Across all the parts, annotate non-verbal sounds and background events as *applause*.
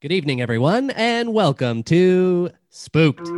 Good evening, everyone, and welcome to Spooked.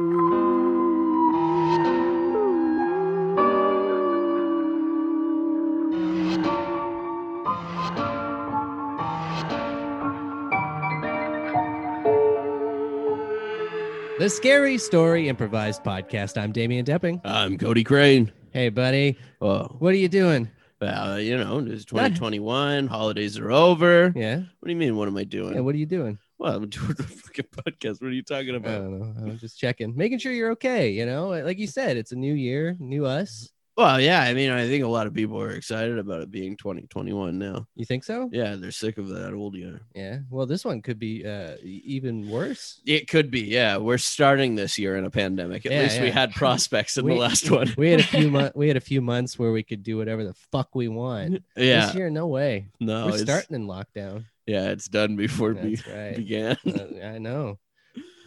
The Scary Story Improvised Podcast. I'm Damian Depping. I'm Cody Crane. Hey, buddy, Oh, what are you doing? well, uh, you know, it's 2021. Holidays are over. Yeah, What do you mean? What am I doing? yeah what are you doing? well, *laughs* I'm doing the fucking podcast. What are you talking I about? don't know. I was just checking, making sure you're okay. You know, like you said, it's a new year, new us. well, yeah. I mean, I think a lot of people are excited about it being 2021 now. You think so? Yeah, they're sick of that old year. Yeah. Well, this one could be uh, e- even worse. It could be. Yeah, we're starting this year in a pandemic. At Yeah, least we yeah. had prospects in We- the last one. We had a few months. We had a few months where we could do whatever the fuck we want. *laughs* yeah. This year, no way. no. We're it's- starting in lockdown. Yeah, it's done before it be- That's right. began. Uh, I know.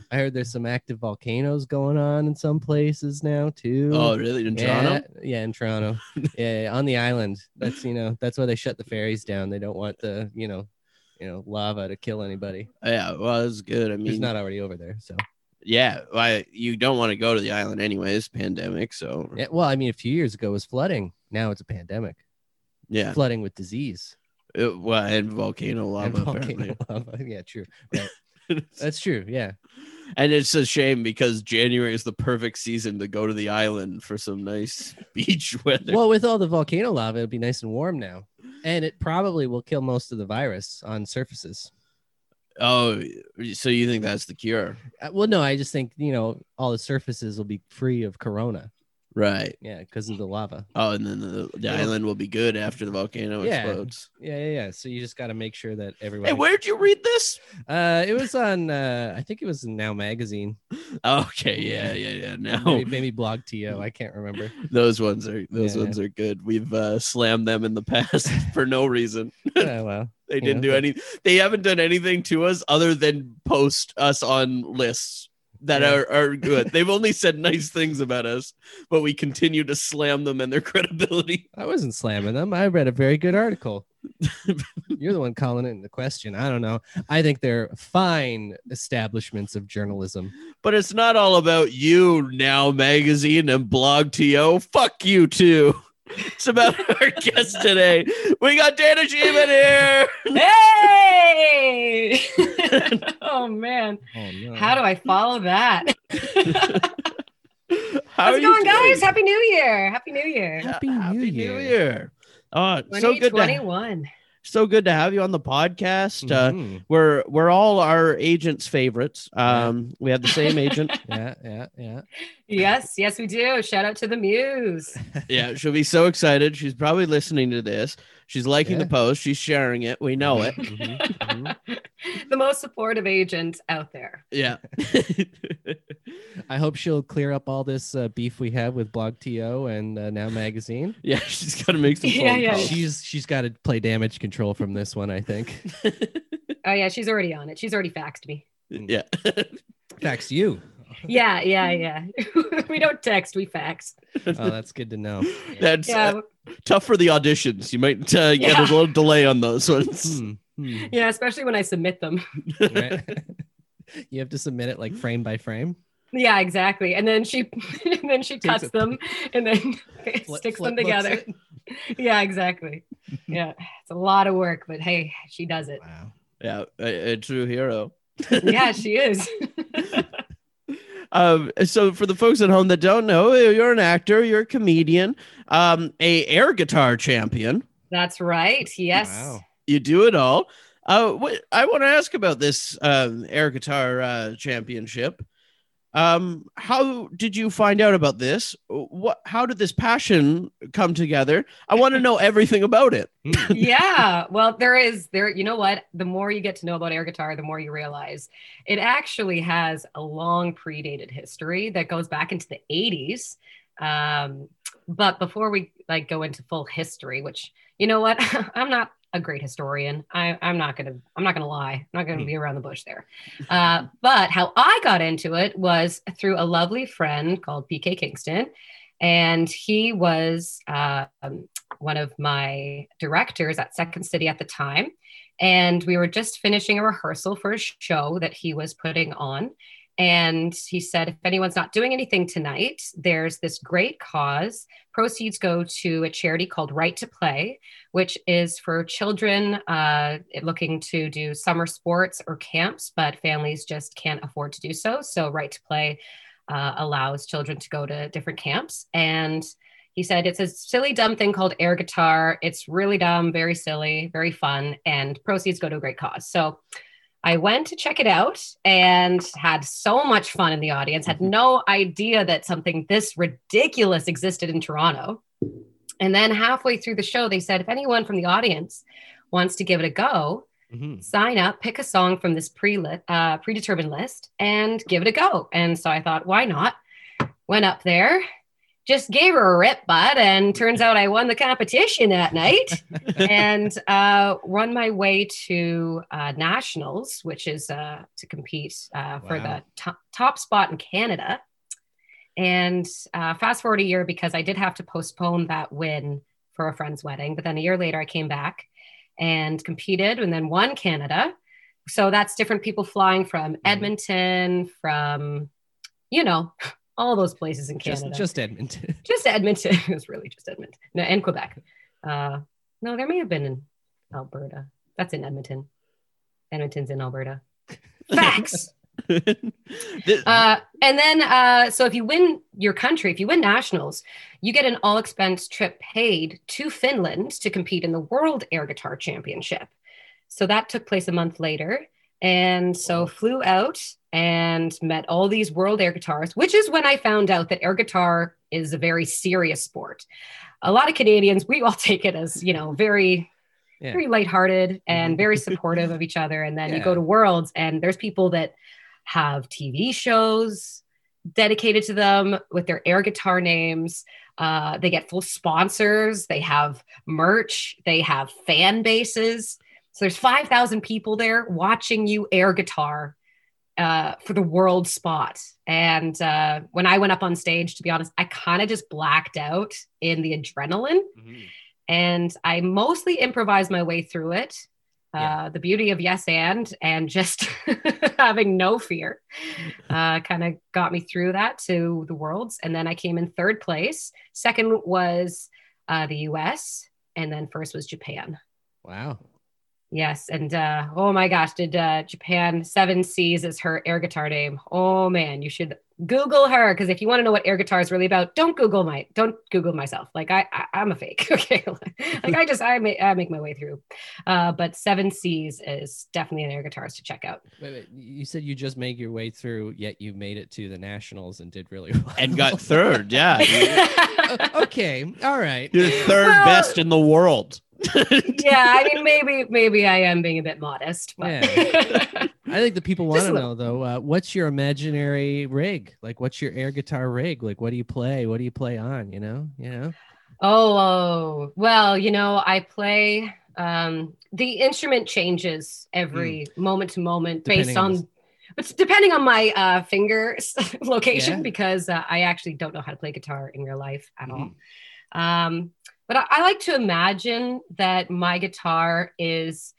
I heard there's some active volcanoes going on in some places now too. Oh, really? In yeah, Toronto? Yeah, in *laughs* Toronto. yeah, yeah, on the island. That's you know that's why they shut the ferries down. They don't want the you know you know lava to kill anybody. Yeah. Well, it's good. I mean, It's not already over there. So yeah, I, you don't want to go to the island anyways, pandemic. So yeah, yeah, well, I mean, a few years ago it was flooding. Now it's a pandemic. Flooding with disease. It- well, and volcano lava and *laughs* volcano apparently. lava. *laughs* Yeah, true. Right. *laughs* That's true. Yeah. *laughs* and it's a shame because January is the perfect season to go to the island for some nice *laughs* beach weather. Well, with all the volcano lava, it'll be nice and warm now. And it probably will kill most of the virus on surfaces. oh, so you think that's the cure? Uh, Well, no, I just think, you know, all the surfaces will be free of corona. Right. Yeah, because of the lava. Oh, and then the, the Yeah. island will be good after the volcano Yeah. explodes. Yeah, yeah, yeah. So you just got to make sure that everyone. Hey, where'd you read this? Uh, it was on. Uh, I think it was in Now Magazine. *laughs* *laughs* Okay, yeah, yeah, yeah. Now Maybe, maybe Blog To. I can't *laughs* remember. those ones are those Yeah. ones are good. We've uh, slammed them in the *laughs* past for no reason. Oh, well, They Yeah, didn't do but- any. They haven't done anything to us other than post us on lists that Yeah. are, *laughs* are good. They've only said nice things about us, but we continue to slam them and their *laughs* credibility. I wasn't slamming them. I read a very good article. You're the one calling it into question. I don't know. I think they're fine establishments of journalism. But it's not all about you now, magazine and blog to. Fuck you too. *laughs* It's about our guest today. We got Dana Sheeman here. *laughs* Hey! *laughs* oh man, Oh Uh-huh. no. how do I follow that? How How's are it you going, guys? doing? Happy New Year! Happy New Year! Happy Yeah, New Year. Year. Uh, so good to, 2021. so good to have you on the podcast. Uh, Mhm. we're we're all our agents' favorites. Yeah. Um, we have the same agent. *laughs* Yeah, yeah, yeah. yes, yes, we do. Shout out to the Muse. yeah, she'll be so excited. She's probably listening to this. She's liking Yeah. the post. She's sharing it. We *laughs* know it. Mhm, mhm. *laughs* the most supportive agent out there. Yeah. I hope she'll clear up all this uh, beef we have with Blog To and uh, Now Magazine. *laughs* yeah, she's got to make some phone Yeah, yeah, calls. She's she's got to play damage control from this one, I think. Oh yeah, she's already on it. She's already faxed me. Yeah. Facts you. Yeah, yeah, yeah. Mm-hmm. *laughs* we don't text, we fax. Oh, that's good to know. That's Yeah, uh, tough for the auditions. You might uh, get Yeah. a little delay on those ones. *laughs* Hmm, *laughs* hmm. yeah, especially when I submit them. Right. you have to submit it like frame by frame. Yeah, exactly. And then she *laughs* and then she Takes cuts a- *laughs* them and then *laughs* Fl- sticks flip them books together. it. Yeah, exactly. Yeah, it's a lot of work, but hey, she *laughs* does it. Wow. Yeah, a, a true hero. Yeah, she is. Um, so for the folks at home that don't know, you're an actor, you're a comedian, um, a air guitar champion. That's right. Yes. Wow. You do it all. Uh, what I want to ask about this um, air guitar uh, championship. Um, how did you find out about this? What? How did this passion come together? I want to know everything about it. *laughs* yeah. Well, there is there you know what? The more you get to know about air guitar, the more you realize it actually has a long predated history that goes back into the 80s. Um, but before we like go into full history, which you know what? *laughs* I'm not a great historian. I, I'm not gonna I'm not gonna lie. I'm not gonna be around the bush there. Uh, but how I got into it was through a lovely friend called PK Kingston. And he was uh, um, one of my directors at Second City at the time. And we were just finishing a rehearsal for a show that he was putting on. And he said, if anyone's not doing anything tonight, there's this great cause. Proceeds go to a charity called Right to Play, which is for children uh, looking to do summer sports or camps, but families just can't afford to do so. So, Right to Play uh, allows children to go to different camps. And he said, it's a silly, dumb thing called air guitar. It's really dumb, very silly, very fun, and proceeds go to a great cause. So, I went to check it out and had so much fun in the audience, had no idea that something this ridiculous existed in Toronto. And then halfway through the show, they said, if anyone from the audience wants to give it a go, Mhm. sign up, pick a song from this pre uh, predetermined list, and give it a go. And so I thought, why not? Went up there, just gave her a rip, bud, and turns out I won the competition that night and uh, won my way to uh, nationals, which is uh, to compete uh, for Wow. the to- top spot in Canada. And uh, fast forward a year because I did have to postpone that win for a friend's wedding. But then a year later, I came back and competed and then won Canada. So that's different people flying Mm-hmm. from Edmonton, from, you know, *laughs* all those places in Just, Canada just Edmonton. *laughs* just Edmonton. *laughs* it was really just Edmonton. No, and Quebec. Uh, no, there may have been in Alberta. That's in Edmonton. Edmonton's *laughs* in Alberta. Facts. Th- uh, and then, uh, so if you win your country, if you win nationals, you get an all expense trip paid to Finland to compete in the World Air Guitar Championship. So that took place a month later. And so flew out and met all these world air guitars, which is when I found out that air guitar is a very serious sport. A lot of Canadians, we all *laughs* take it as, you know, very, Yeah. very lighthearted and *laughs* very supportive of each other. And then you Yeah. go to worlds and there's people that have TV shows dedicated to them with their air guitar names. Uh, they get full sponsors. They have merch. They have fan bases. So there's 5,000 people there watching you air guitar uh, for the world spot. And uh, when I went up on stage, to be honest, I kind of just blacked out in the adrenaline Mhm. and I mostly improvised my way through it. Uh, The beauty of yes and and just *laughs* having no fear uh, kind of got me through that to the worlds, and then I came in third place. Second was uh, the U.S., and then first was Japan. Wow. Yes, and uh, oh my gosh, did uh, Japan Seven Seas is her air guitar name? Oh man, you should Google her because if you want to know what air guitar is really about, don't Google my don't Google myself. Like I, I I'm a fake. *laughs* Okay, like I just I make I make my way through. Uh, but Seven Seas is definitely an air guitarist to check out. Wait, wait, you said you just made your way through, yet you made it to the nationals and did really well. and got third. *laughs* Yeah. You're- *laughs* okay. All *laughs* right. You're third Well- best in the world. yeah, I mean maybe maybe I am being a bit modest, but *laughs* I think the people want Just to a know little. though. Uh, what's your imaginary rig? Like, what's your air guitar rig? Like, what do you play? What do you play on? You know, you know. Oh, oh, well, you know, I play um the instrument changes every moment to moment Mm. based Depending on on, the- it's depending on my uh finger *laughs* location Yeah. because uh, I actually don't know how to play guitar in real life at Mm. all. Um but I, I like to imagine that my guitar is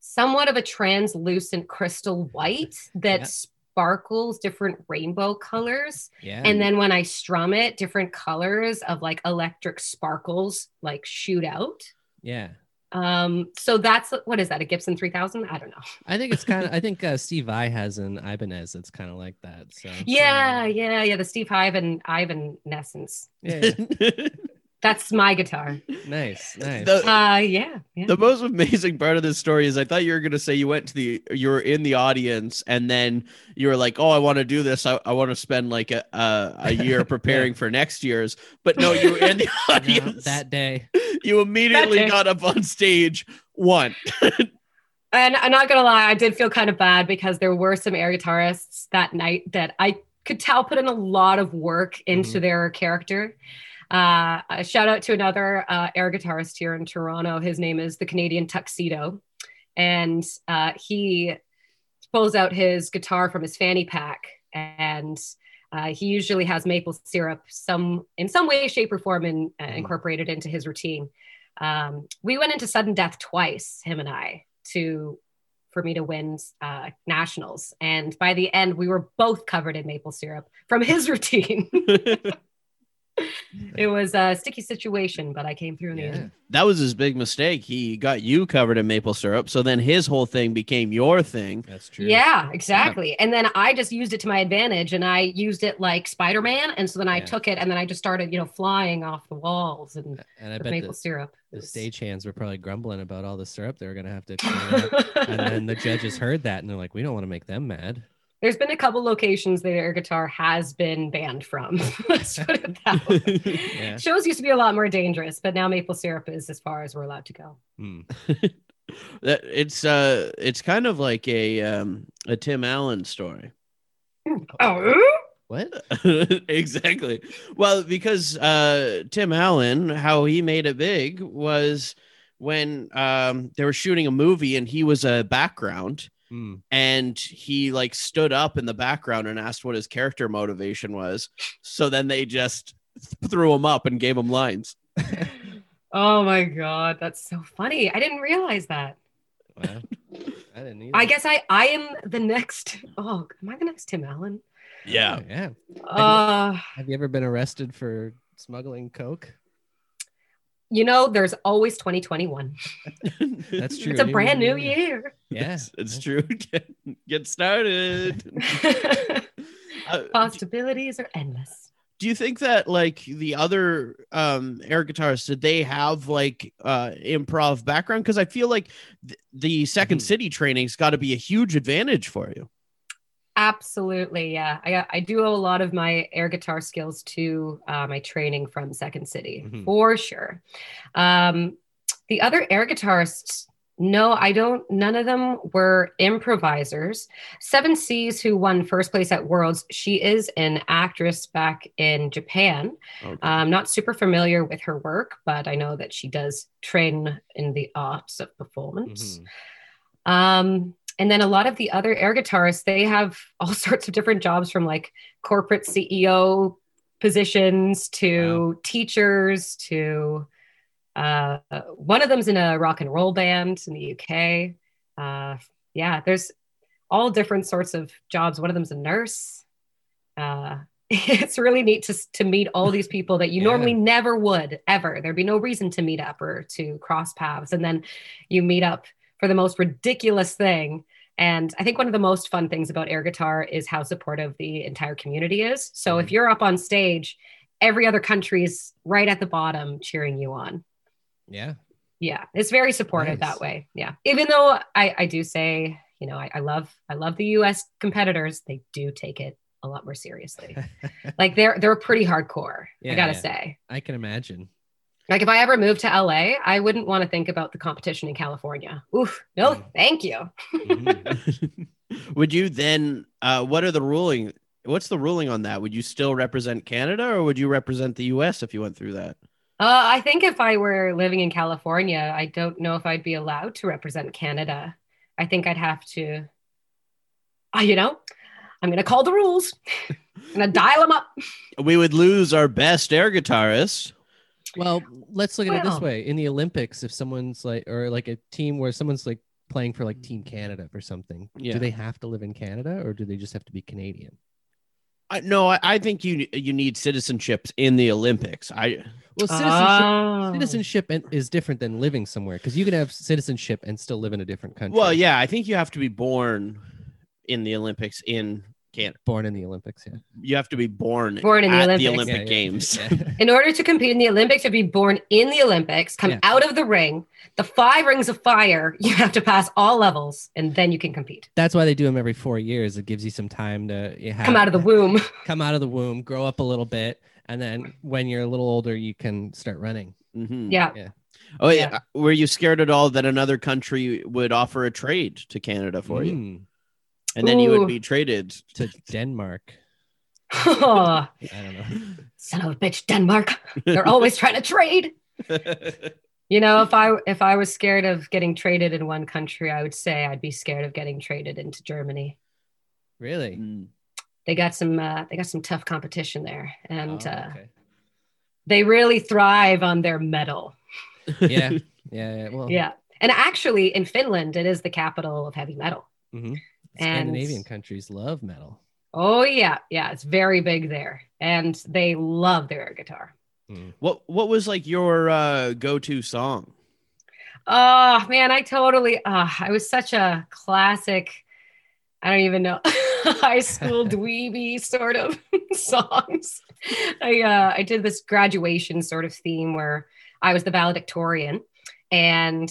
somewhat of a translucent crystal white that Yeah. sparkles different rainbow colors Yeah. and then when I strum it, different colors of like electric sparkles like shoot out. yeah. Um, so that's what is that? A Gibson 3000? I don't know. I think it's kind of. I think uh, Steve I has an Ibanez that's kind of like that. So. Yeah, yeah, yeah. The Steve Ivan Ivan Nessence. *laughs* Yeah. That's my guitar. yeah. Nice. Nice. The- Uh, yeah, yeah. the most amazing part of this story is I thought you were going to say you went to the you were in the audience and then you were like, "Oh, I want to do this. I, I want to spend like a a, *laughs* a year preparing for next year's." But *laughs* no, you were in the No, audience. that day. you immediately That day. got up on stage one. And I'm not gonna lie, I did feel kind of bad because there were some air guitarists that night that I could tell put in a lot of work into their character. Uh, a shout out to another uh, air guitarist here in Toronto. His name is the Canadian Tuxedo, and uh, he pulls out his guitar from his fanny pack, and uh, he usually has maple syrup some in some way, shape, or form in, uh, Mhm. incorporated into his routine. Um, we went into sudden death twice, him and I, to for me to win uh, nationals. And by the end, we were both covered in maple syrup from his routine. it was a sticky situation, but I came through in the Yeah. end. that was his big mistake. He got you covered in maple syrup, so then his whole thing became your thing. That's true. Yeah, exactly. And then I just used it to my advantage and I used it like Spider Man. And so then I Yeah. took it and then I just started, you know, flying off the walls and And I with bet maple the, syrup. the It was- stagehands were probably grumbling about all the syrup they were going to have to clean up. and then *laughs* the judges heard that and they're like, we don't want to make them mad. There's been a couple locations that air guitar has been banned from. *laughs* Let's put it that way. *laughs* Yeah. Shows used to be a lot more dangerous, but now maple syrup is as far as we're allowed to go. Hmm. That- it's uh, it's kind of like a um, a Tim Allen story. Oh, What? *laughs* exactly. Well, because uh, Tim Allen, how he made it big was when um, they were shooting a movie and he was a background Hmm. and he like stood up in the background and asked what his character motivation was. So then they just threw him up and gave him lines. oh my God. That's so funny. I didn't realize that. Wow. I didn't either. I guess I, I am the next. Oh, am I the next Tim Allen? *laughs* Yeah. Oh, Yeah. Uh, Have you ever been arrested for smuggling coke? *laughs* you know, there's always 2021. That's true. It's a Maybe brand we new were- *laughs* year. *laughs* Yeah. It's, it's true. *laughs* Get, *laughs* get started. Uh, Possibilities are endless. do you think that like the other um air guitarists did they have like uh improv background because i feel like th- the 2nd Mhm. city training's got to be a huge advantage for you Absolutely, yeah. I, I do owe a lot of my air guitar skills to uh, my training from Second City Mhm. for sure. Um, the other air guitarists, no, I don't. None of them were improvisers. Seven Seas, who won first place at Worlds, she is an actress back in Japan. I'm not super familiar with her work, but I know that she does train in the arts of performance. Mhm. Um, and then a lot of the other air guitarists, they have *laughs* all sorts of different jobs from like corporate CEO positions to teachers to uh, one of them's in a rock and roll band in the UK. Uh, yeah, there's all different sorts of jobs. One of them's a nurse. Uh, *laughs* it's really neat to, to meet all these people that you Yeah. normally never would ever. There'd be no reason to meet up or to cross paths. And then you meet up for the most ridiculous thing. And I think one of the most fun things about air guitar is how supportive the entire community is. So if you're up on stage, every other country's right at the bottom cheering you on. Yeah. Yeah, it's very supportive Nice. that way. Yeah, even though I, I do say, you know, I, I love I love the U.S. competitors. They do take it a lot *laughs* more seriously. like they're they're pretty hardcore. Yeah, I gotta yeah. say. I can imagine. Like if I ever moved to LA, I wouldn't want to think about the competition in California. Oof, no, Mm. thank you. Uh, Mhm. would you then uh what are the ruling what's the ruling on that would you still represent canada or would you represent the us if you went through that Uh, I think if I were living in California, I don't know if I'd be allowed to represent Canada. I think I'd have to, uh, you know, I'm gonna call *laughs* the rules. I'm gonna dial them up. we would lose our best air guitarist *laughs* Well, let's look at it this Well- way: in the Olympics, if someone's like, or like a team where someone's like playing for like Team Canada or something, Yeah. do they have to live in Canada or do they just have to be Canadian? I, no I, I think you you need citizenships in the olympics i Well, citizenship, Oh. citizenship and- is different than living somewhere because you can have citizenship and still live in a different country. Well, yeah, I think you have to be born in the Olympics in Canada. born in the Olympics. Yeah. You have to be born, Born in the at the Olympics. Olympic Yeah, yeah. Games. Yeah. *laughs* In order to compete in the Olympics, to be born in the Olympics, come Yeah. out of the ring, the five rings of fire, you have to pass all levels, and then you can compete. That's why they do them every four years. It gives you some time to you have, Come out of the womb. *laughs* come out of the womb, grow up a little bit, and then when you're a little older, you can start running. Mhm. Yeah. Oh yeah. Yeah. Were you scared at all that another country would offer a trade to Canada for you, Mm, and then you Ooh. would be traded? to Denmark. Oh, I don't know. *laughs* son of a bitch, Denmark. They're always *laughs* trying to trade. You know, if I if I was scared of getting traded in one country, I would say I'd be scared of getting traded into Germany. Really? Mm. They got some uh, they got some tough competition there, and Oh, uh, okay. they really thrive on their metal. yeah, yeah, yeah. Well, *laughs* Yeah. And actually, in Finland, it is the capital of heavy metal. Mhm. And- Scandinavian countries love metal. Oh yeah, yeah, it's very big there, and they love their air guitar. *laughs* What what was like your uh, go to song? Oh man, I totally. Uh, I was such a classic. I don't even know *laughs* *laughs* high school dweeby sort of *laughs* songs. I uh, I did this graduation sort of theme where I was the valedictorian, and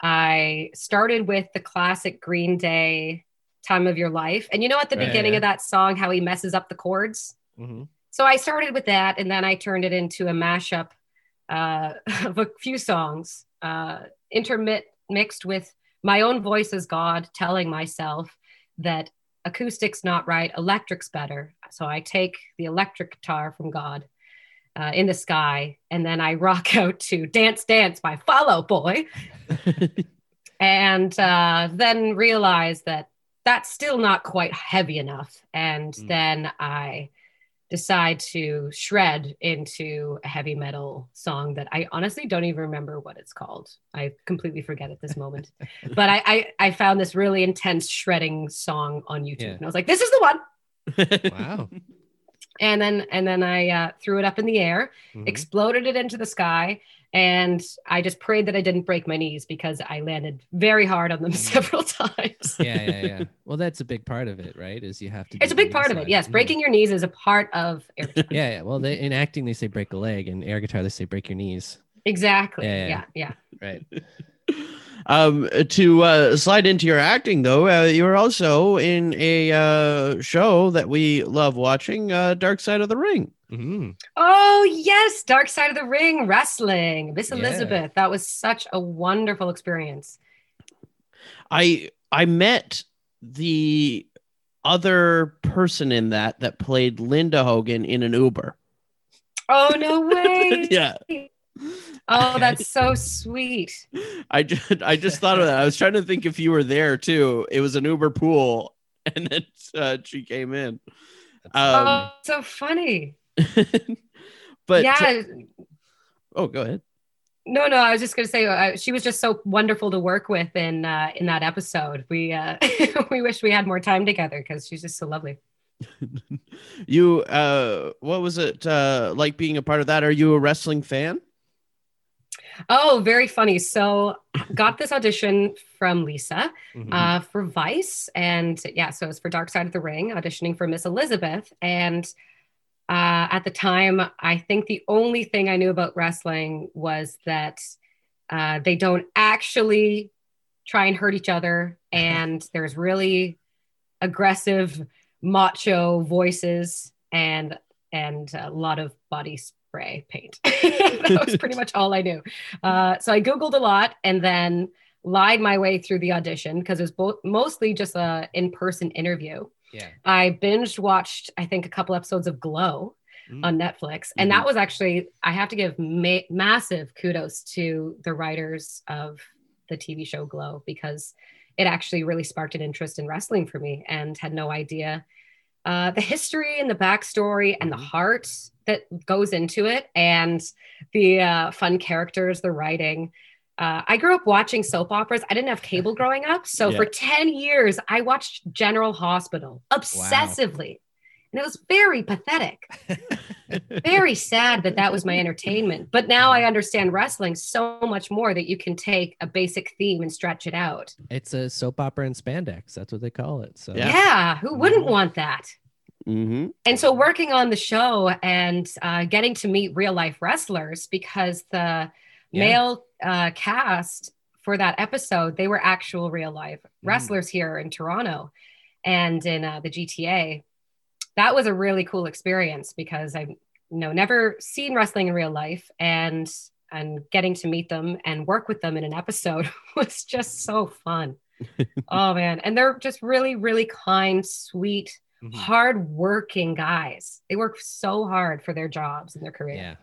I started with the classic Green Day "Time of Your Life." And you know, at the Right, Oh, beginning yeah. of that song, how he messes up the chords. Mm-hmm. *laughs* so I started with that, and then I turned it into a mashup uh, *laughs* of a few songs, uh, intermit mixed with my own voice as God telling myself that acoustics not right, electric's better. So I take the electric guitar from God uh, in the sky, and then I *laughs* rock out to "Dance, Dance" by Fall Out Boy, and uh, then realized that that's still not quite heavy enough, and Mm. then I decide to shred into a heavy metal song that I honestly don't even remember what it's called. I completely forget at this moment. but I, I I found this really intense shredding song on YouTube. Yeah. And I was like, this is the one. Wow. And then and then I uh, threw it up in the air, Mhm. exploded it into the sky, and I just prayed that I didn't break my knees because I landed very hard on them *laughs* Mhm. several times. yeah, yeah, yeah. Well, that's a big part of it, right? Is you have to. *laughs* It's do a big the part of it. inside. Yes, Mhm. breaking your knees is a part of *laughs* Yeah, yeah. Well, they, in acting they say break a leg, and air guitar they say break your knees. exactly. Yeah, yeah. yeah, yeah. Right. um, to uh, slide into your acting though, uh, you were also in a uh, show that we love watching, uh, Dark Side of the Ring. Mm-hmm. Mhm. Oh yes, Dark Side of the Ring wrestling. Miss Yeah. Elizabeth, that was such a wonderful experience. I I met the other person in that that played Linda Hogan in an *laughs* Uber. Oh *laughs* no way. yeah. Oh, that's so sweet. I just *laughs* I just thought of that. I was trying to think if you were there too. It was an Uber pool, *laughs* and then uh, she came in. Um, oh, so funny. but yeah. oh, go ahead. no, no. I was just gonna say uh, she was just so wonderful to work with in uh, in that episode. We uh, *laughs* we wish we had more time together because she's just so lovely. You uh, what was it uh, like being a part of that? Are you a wrestling fan? Oh, very funny. So got this audition from Lisa. Mhm. uh, for Vice. And yeah, so it was for Dark Side of the Ring, auditioning for Miss Elizabeth. And uh, at the time, I think the only thing I knew about wrestling was that uh, they don't actually try and hurt each other. And there's really aggressive, macho voices and and a lot of body spray paint. *laughs* that was pretty much all I knew. Uh, so I googled a lot and then lied my way through the audition because it was both mostly just a in-person interview. yeah. I binge watched, I think, a couple episodes of Glow Mm. on Netflix. And that was actually, I have to give ma- massive kudos to the writers of the TV show Glow because it actually really sparked an interest in wrestling for me and had no idea uh, the history and the backstory and the heart that goes into it and the uh, fun characters, the writing. Uh, I grew up watching soap operas. I didn't have cable growing up. So Yeah. for 10 years, I watched General Hospital obsessively. And it was very pathetic, very sad that that was my entertainment. But now I understand wrestling so much more that you can take a basic theme and stretch it out. It's a soap opera in spandex. That's what they call it. So Yeah. Yeah, who wouldn't Mhm. want that? Mm-hmm. And so working on the show and uh, getting to meet real life wrestlers because the Yeah. male uh, cast for that episode, they were actual real life wrestlers here in Toronto and in uh, the GTA. That was a really cool experience because I've you know, never seen wrestling in real life and and getting to meet them and work with them in an episode *laughs* was just so fun. oh man, and they're just really really kind, sweet, Mhm. hard working guys. They work so hard for their jobs and their career. yeah.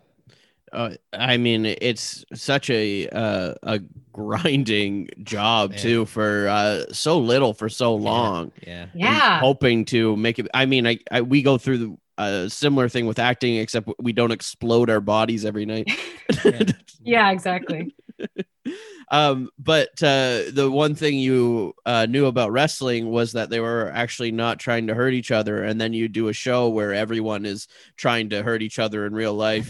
Uh, I mean, it's such a uh, a grinding job Yeah. too for uh, so little for so Yeah. long. *laughs* Yeah. and Yeah. hoping to make it. I mean, I, I we go through the, a similar thing with acting, except we don't explode our bodies every night. Yeah. Yeah, exactly. um, but uh, the one thing you uh, knew about wrestling was that they were actually not trying to hurt each other, and then you do a show where everyone is trying to hurt each other in real *laughs* life.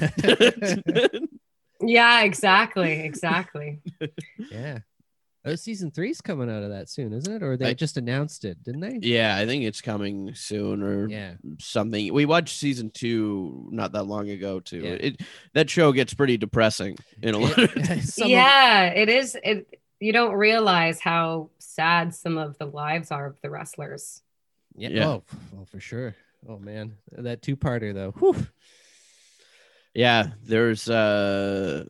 Yeah, exactly, exactly. yeah. Oh, season three's coming out of that soon, isn't it? Or they I- just announced it, didn't they? yeah, I think it's coming soon or Yeah. something. We watched season two not that long ago too. Yeah. It that show gets pretty depressing in a lot. *laughs* Of- *laughs* *laughs* Some of- yeah, it is. It you don't realize how sad some of the lives are of the wrestlers. yeah. Yeah. Oh, f- oh, for sure. Oh man, that two-parter though. Whew. yeah, there's uh,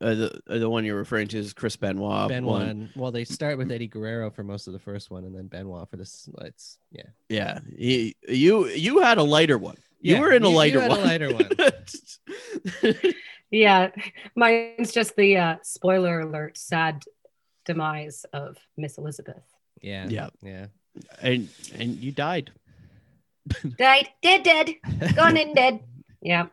uh the uh, the one you're referring to is Chris Benoit. Benoit. one. and- Well, they start with Eddie Guerrero for most of the first one, and then Benoit for this. It's yeah. Yeah, he, you you had a lighter one. You Yeah, were in a you- you lighter had a one. lighter *laughs* one. Yeah, *laughs* mine's just the uh, spoiler alert: sad demise of *laughs* Miss Elizabeth. Yeah. Yeah. Yeah. and and you died. Died, dead, dead, gone and *laughs* dead. Yeah.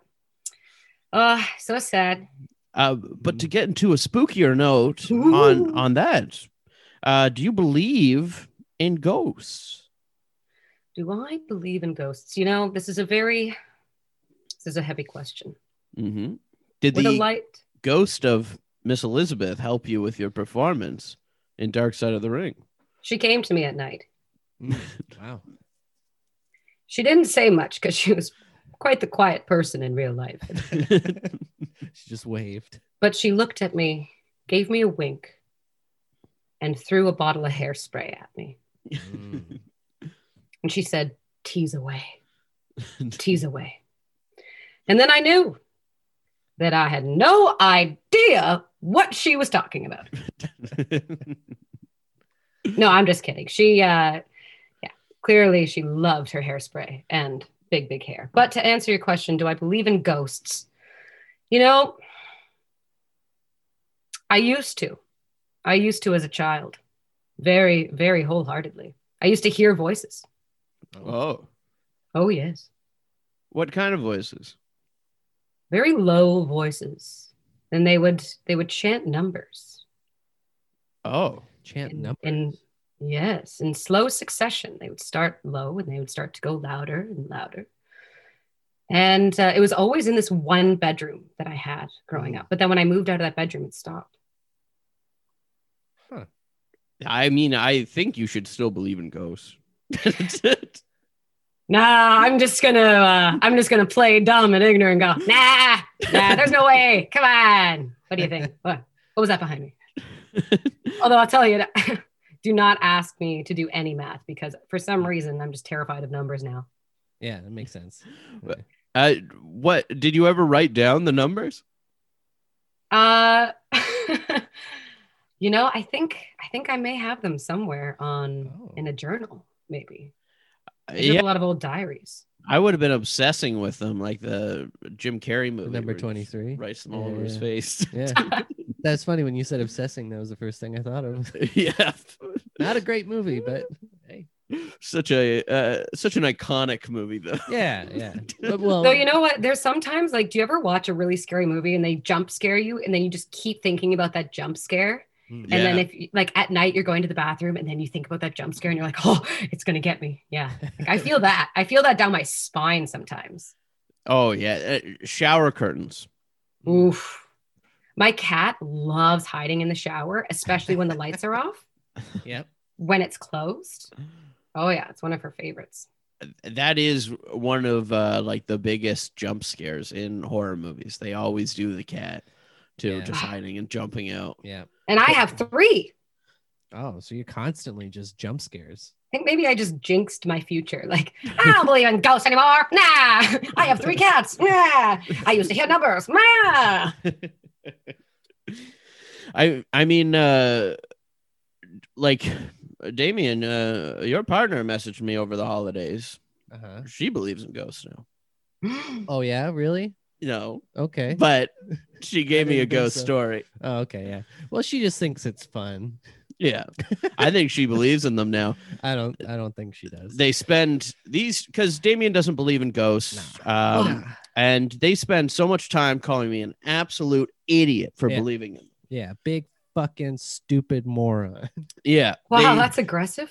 Oh, so sad. Uh, but to get into a spookier note Ooh. on on that, uh, do you believe in ghosts? Do I believe in ghosts? You know, this is a very this is a heavy question. Mm-hmm. Did Would a the light ghost of Miss Elizabeth help you with your performance in Dark Side of the Ring? she came to me at night. Mm, wow. She didn't say much because she was quite the quiet person in real life. She just waved. But she looked at me, gave me a wink, and threw a bottle of hairspray at me. *laughs* Mm. And she said, Tease away, tease away. And then I knew that I had no idea what she was talking about. No, I'm just kidding. She, uh, yeah, clearly she loved her hairspray and big, big hair. But to answer your question, do I believe in ghosts? You know, I used to. I used to as a child, very, very wholeheartedly. I used to hear voices. *laughs* oh, Oh, yes. *laughs* what kind of voices? Very low voices. And they would they would chant numbers. Oh, Chant In- numbers. in- Yes, in slow succession. They would start low and they would start to go louder and louder. And uh, it was always in this one bedroom that I had growing up. But then when I moved out of that bedroom, it stopped. I mean, I think you should still believe in ghosts. *laughs* Nah, I'm just gonna uh, I'm just gonna play dumb and ignorant and go, nah, nah, there's no way. Come on. What do you think? What what was that behind me? Although I'll tell you *laughs* do not ask me to do any math because for some reason I'm just terrified of numbers now. yeah, that makes *laughs* sense. But- Uh, what did you ever write down the numbers? Uh, *laughs* you know, I think I think I may have them somewhere on Oh. in a journal, maybe. I do Yeah, have a lot of old diaries. I would have been obsessing with them, like the Jim Carrey movie. number where he 23? writes them all over his Yeah. face. *laughs* Yeah. That's funny when you said obsessing. That was the first thing I thought of. *laughs* yeah, Not a great movie, but hey, such a uh, such an iconic movie though. yeah, yeah. But, Um, well, Though you know what? There's sometimes like, do you ever watch a really scary movie and they jump scare you, and then you just keep thinking about that jump scare, Mm. Yeah. and then if you- like at night you're going to the bathroom and then you think about that jump scare and you're like, oh, it's gonna get me. Yeah, like, I feel that. I feel that down my spine sometimes. *laughs* Oh yeah, uh, shower curtains. Mm. Oof. My cat loves hiding in the shower, especially when the lights are off. Yep. when it's closed. Mm. Oh yeah, it's one of her favorites. That is one of uh, like the biggest jump scares in horror movies. They always do the cat too, Yeah. just hiding and jumping out. Yeah. And I have three. Oh, so you're constantly just jump scares. I think maybe I just jinxed my future. Like, *laughs* I don't believe in ghosts anymore. Nah. I have three cats. Nah. I used to hear numbers. Nah. I I mean uh like Damien, uh your partner messaged me over the holidays. Uh huh. She believes in ghosts now. Oh yeah, really? No. Okay. *laughs* But she gave me a didn't think ghost so. story. Oh, okay. Yeah. Well, she just thinks it's fun. *laughs* Yeah. I think she believes in them now. I don't. I don't think she does. They spend these because Damien doesn't believe in ghosts. Um Oh, Nah. and they spend so much time calling me an absolute idiot for Yeah. believing in them. Yeah. Big fucking stupid moron. Yeah. Wow, they- that's aggressive.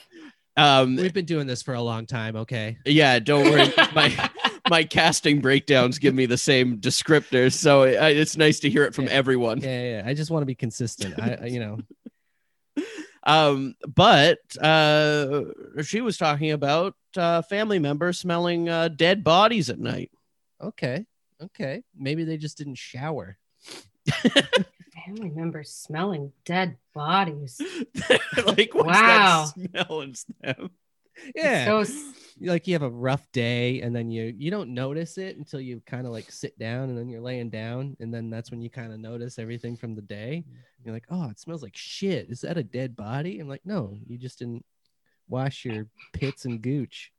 *laughs* um, We've been doing this for a long time, okay? yeah, don't *laughs* worry. my my casting breakdowns give me the same descriptors, so I, it's nice to hear it from Yeah. everyone. Yeah, yeah. yeah. I just want to be consistent. I, I- you *laughs* know, Um, but uh, she was talking about uh, family members smelling uh, dead bodies at night. okay, okay. Maybe they just didn't shower. Family members smelling dead bodies. *laughs* like, what's Wow. that smell in them? Yeah. So s- *laughs* like you have a rough day and then you you don't notice it until you kind of like sit down and then you're laying down and then that's when you kind of notice everything from the day you're like oh it smells like shit is that a dead body i'm like no you just didn't wash your pits and gooch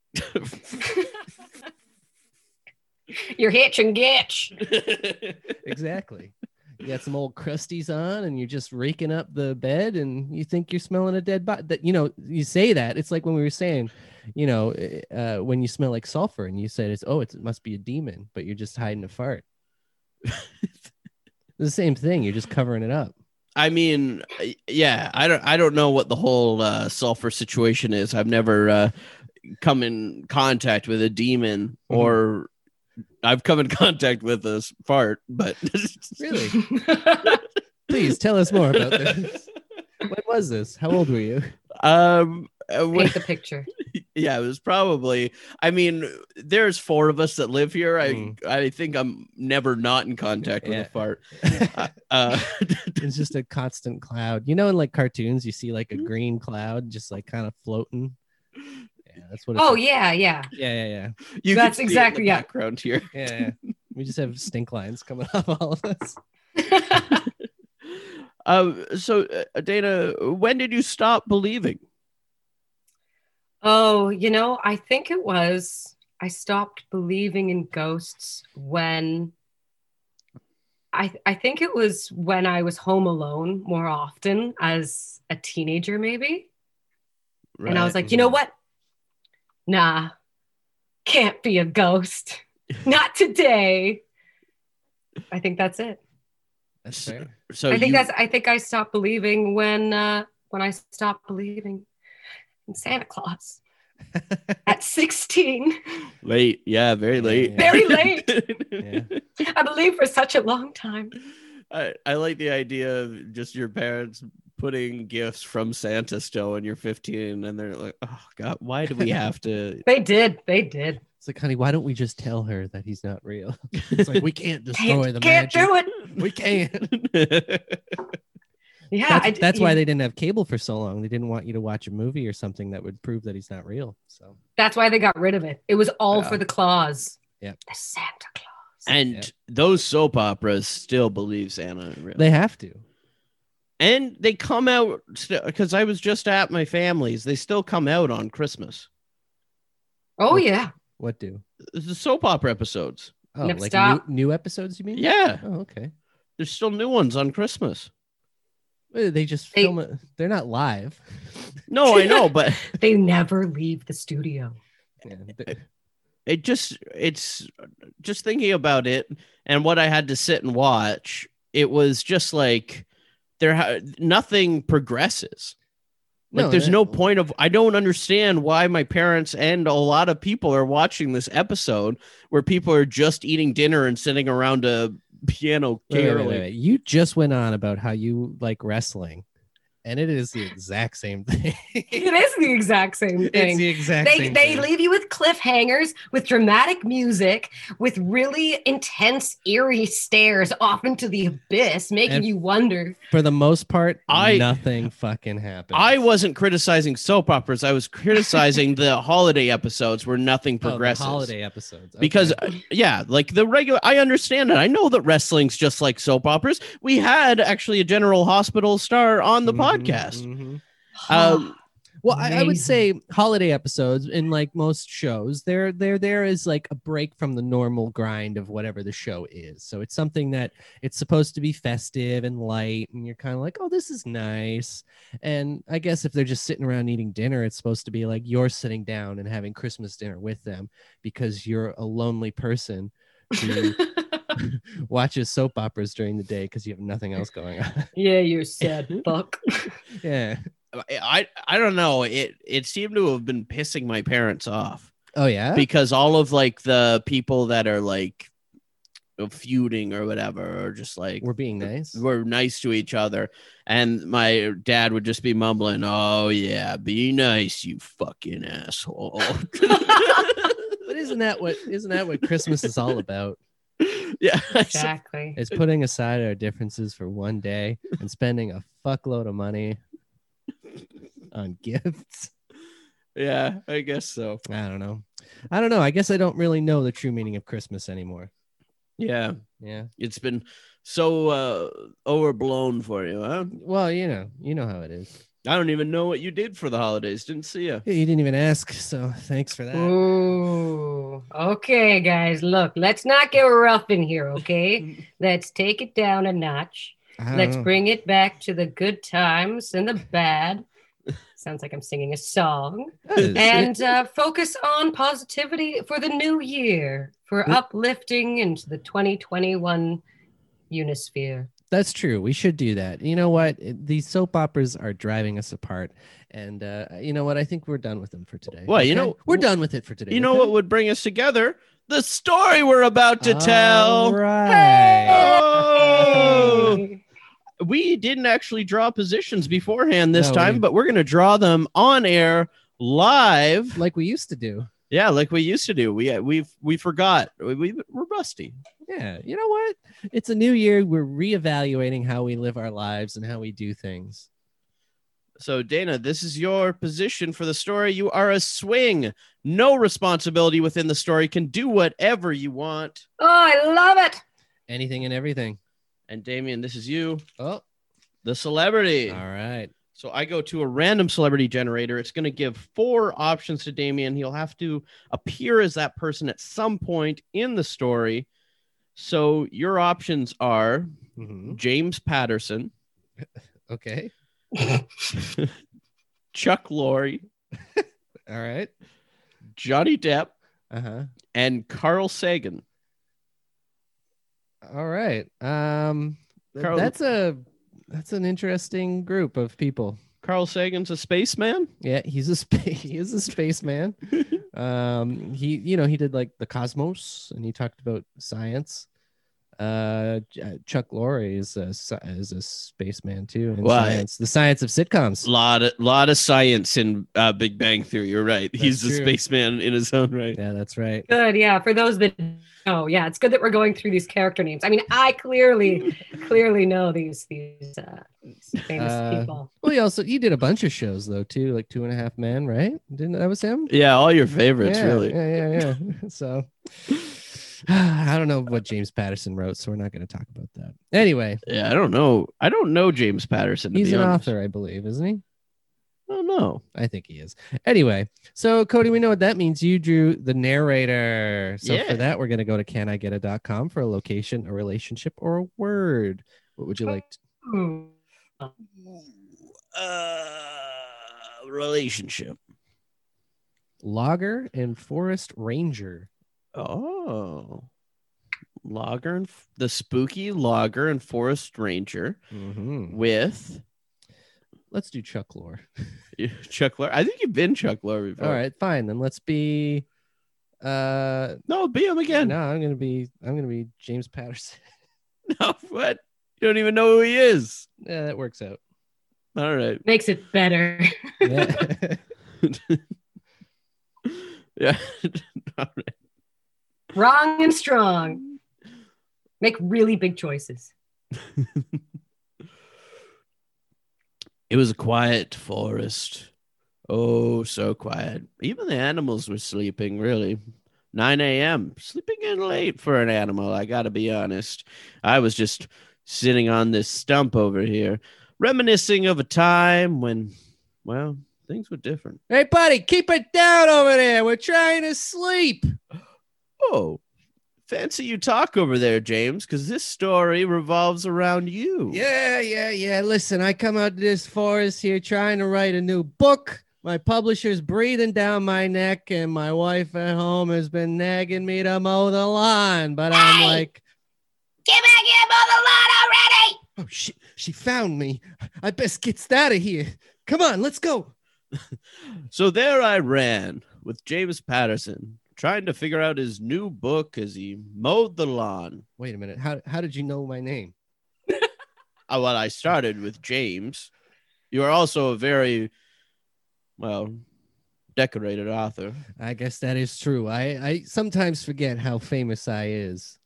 you're hitch *laughs* and gitch. exactly you got some old crusties on and you're just raking up the bed and you think you're smelling a dead body that you know you say that it's like when we were saying you know uh, when you smell like sulfur and you said it's oh it's, it must be a demon but you're just hiding a fart *laughs* the same thing you're just covering it up I mean, I- yeah, I don't, I don't know what the whole uh, sulfur situation is. I've never uh, come in contact with a demon, Mhm. or I've come in *laughs* contact with a s- fart. But *laughs* really please tell us more about *laughs* this when was this how old were you um, uh, when- Paint the picture. yeah, it was probably. I mean, there's four of us that live here. I, Mm. I think I'm never not in contact with Yeah. a fart. Uh, it's just a constant cloud you know in like cartoons you see Mm-hmm. like a green cloud just like kind of floating yeah that's what it's Oh like. yeah, yeah. Yeah, yeah, yeah. you can That's see it in the exactly- yeah. background here. Yeah, yeah. we just have stink lines coming off all of us. Um, so, uh, Dana, when did you stop believing? Oh, you know, I think it was I stopped believing in ghosts when I I think it was when I was home alone more often as a teenager maybe. And I was like, you Mm-hmm. know what? Nah, can't be *laughs* a ghost. Not today. I think that's it. That's fair. so I think you- that's I think I stopped believing when uh when I stopped believing in Santa *laughs* Claus at 16. late. Yeah, very late. Yeah. *laughs* Very late. Yeah. I believe for such a long time. I, I like the idea of just your parents putting gifts from Santa still when you're 15, and they're like, oh, God, why do we have *laughs* to? They did. They did. It's like, honey, why don't we just tell her that he's not real? *laughs* It's like we can't destroy Can't, the can't magic. do it. We can't. Yeah. That's, I, that's why they didn't have cable for so long. They didn't want you to watch a movie or something that would prove that he's not real. So That's why they got rid of it. It was all Yeah. for the claws. Yep. The Santa Claus. and Yeah. those soap operas still believe Santa. Really. they have to. and they come out because I was just at my family's. They still come out on Christmas. Oh yeah. What do? The soap opera episodes. Oh, Nip like new, stop. new episodes? You mean? Yeah, Oh, okay. there's still new ones on Christmas. Well, They just They- film it. They're not live. *laughs* No, I know, but They never leave the studio. Yeah, they- it just it's just thinking about it and what I had to sit and watch. It was just like there ha- nothing progresses. Like No, there's that- no point of I don't understand why my parents and a lot of people are watching this episode where people are just eating dinner and sitting around a piano Wait, wait, wait, caroling. wait, wait. You just went on about how you like wrestling, and it is the exact same *laughs* thing. *laughs* It is the exact same It's thing. the exact They, same they thing. leave you with cliffhangers, with dramatic music, with really intense, eerie stares off into the abyss, making And- you wonder. For the most part, I- nothing fucking happens. I wasn't criticizing soap operas. I was criticizing the holiday episodes where nothing Oh, the progresses. holiday episodes okay. Because uh, yeah, like the regular, I understand it. I know that wrestling's just like soap operas. We had actually a General Hospital star on the Mhm, podcast. mhm. mm-hmm. Um, Well, I, I would say Amazing. holiday episodes in like most shows, they're they're there is like a break from the normal grind of whatever the show is. So it's something that it's supposed to be festive and light, and you're kind of like, oh, this is nice. And I guess if they're just sitting around eating dinner, it's supposed to be like you're sitting down and having Christmas dinner with them because you're a lonely person who watches soap operas during the day because you have nothing else going *laughs* on. *laughs* Yeah, *laughs* you're sad fuck. yeah. I I don't know. It it seemed to have been pissing my parents off Oh yeah. because all of like the people that are like feuding or whatever are just like We're being nice. were nice to each other and my dad would just be mumbling oh yeah be nice you fucking asshole *laughs* But isn't that what isn't that what Christmas is all about? yeah *laughs* exactly. Is putting aside our differences for one day and spending a fuckload of *laughs* money on gifts. yeah i guess so I don't know. I don't know. I guess I don't really know the true meaning of Christmas anymore. yeah Yeah. it's been so uh overblown for you huh Well, you know, you know how it is. i don't even know what you did for the holidays didn't see you You didn't even ask, so thanks for that. Ooh. Okay, guys, look, let's not get rough in here, okay? *laughs* let's take it down a notch. I don't Let's know. bring it back to the good times and the *laughs* bad. Sounds like I'm singing a song. That is- And uh, focus on positivity for the new year, for Mm. uplifting into the 2021 Unisphere. That's true. We should do that. You know what? It- These soap operas are driving us apart. And uh, you know what? I think we're done with them for today. Well, you know- we're done with it for today. you know okay? what would bring us together the story we're about to tell All right. Oh! Hey. we didn't actually draw positions beforehand this No, we time, didn't. but we're going to draw them on air live. Like we used to do. yeah, like we used to do. We we we forgot. We, we we're rusty. Yeah. You know what? It's a new year. We're reevaluating how we live our lives and how we do things. So Dana, this is your position for the story. You are a swing. No responsibility within the story. Can do whatever you want. Oh, I love it. Anything and everything. And Damien, this is you, Oh, all the celebrity. right. So I go to a random celebrity generator. It's going to give four options to Damien. He'll have to appear as that person at some point in the story. So your options are Mhm. James Patterson, Okay. Chuck Lorre, All right. Johnny Depp, Uh huh. and Carl Sagan. All right. Um, th- Carl- that's a that's an interesting group of people. Carl Sagan's a spaceman. Yeah, he's a spa- *laughs* he is a *laughs* spaceman. um, he you know he did like the cosmos and he talked about science. Uh, Ch- uh, Chuck Lorre is a sci- is a spaceman too in Well, I- science, the science of sitcoms. Lot of, lot of science in uh, Big Bang Theory. You're right. He's That's a true. spaceman in his own right. Yeah, that's right. Good. Yeah. For those that know, yeah, it's good that we're going through these character names. I mean, I clearly, clearly know these these, uh, these famous Uh, people. Well, he also he did a bunch of shows though too, like Two and a Half Men, right? Didn't that was him? Yeah, all your favorites, yeah, really. Yeah, yeah, yeah. *laughs* so *sighs* I don't know what James Patterson wrote, so we're not going to talk about that. Anyway, Yeah, I don't know. I don't know James Patterson. To he's be an honest. author, I believe, isn't he? I don't know. I think he is. Anyway, so Cody, we know what that means. You drew the narrator. So Yeah. for that, we're going to go to canigeta.com for a location, a relationship, or a word. What would you like? To- Ooh. Uh, relationship. Logger and forest ranger. Oh, logger and f- the spooky logger and forest ranger Mhm. Mm-hmm. with *laughs* Let's do Chuck Lore. Chuck Lorre. I think you've been Chuck Lorre before. All right, fine. Then let's be. Uh, no, be him again. no, I'm gonna be. I'm gonna be James Patterson. *laughs* *laughs* No, what? You don't even know who he is. Yeah, that works *laughs* out. *laughs* All right. *laughs* Makes it better. Yeah. Yeah. Wrong and strong. Make really big choices. It was a quiet forest. Oh, so quiet. Even the animals were sleeping, really. 9 a.m. Sleeping in late for an animal, I gotta be honest. I was just sitting on this stump over here, reminiscing of a time when, well, things were different. hey, buddy, keep it down over there. We're trying to sleep. Oh, fancy you talk over there, James, because this story revolves around you. Yeah, yeah, yeah. Listen, I come out to this forest here trying to write a new book. My publisher's breathing down my neck, and my wife at home has been nagging me to mow the lawn. But I'm Hey! like, Get back here, Mother Lana, ready! Oh, she, she found me. I best gets out of here. Come on, let's go. So there I ran with James Patterson, trying to figure out his new book as he mowed the lawn. Wait a minute. How, how did you know my name? Uh, well, I started with James. You are also a very, well, decorated author. I guess that is true. I, I sometimes forget how famous I is.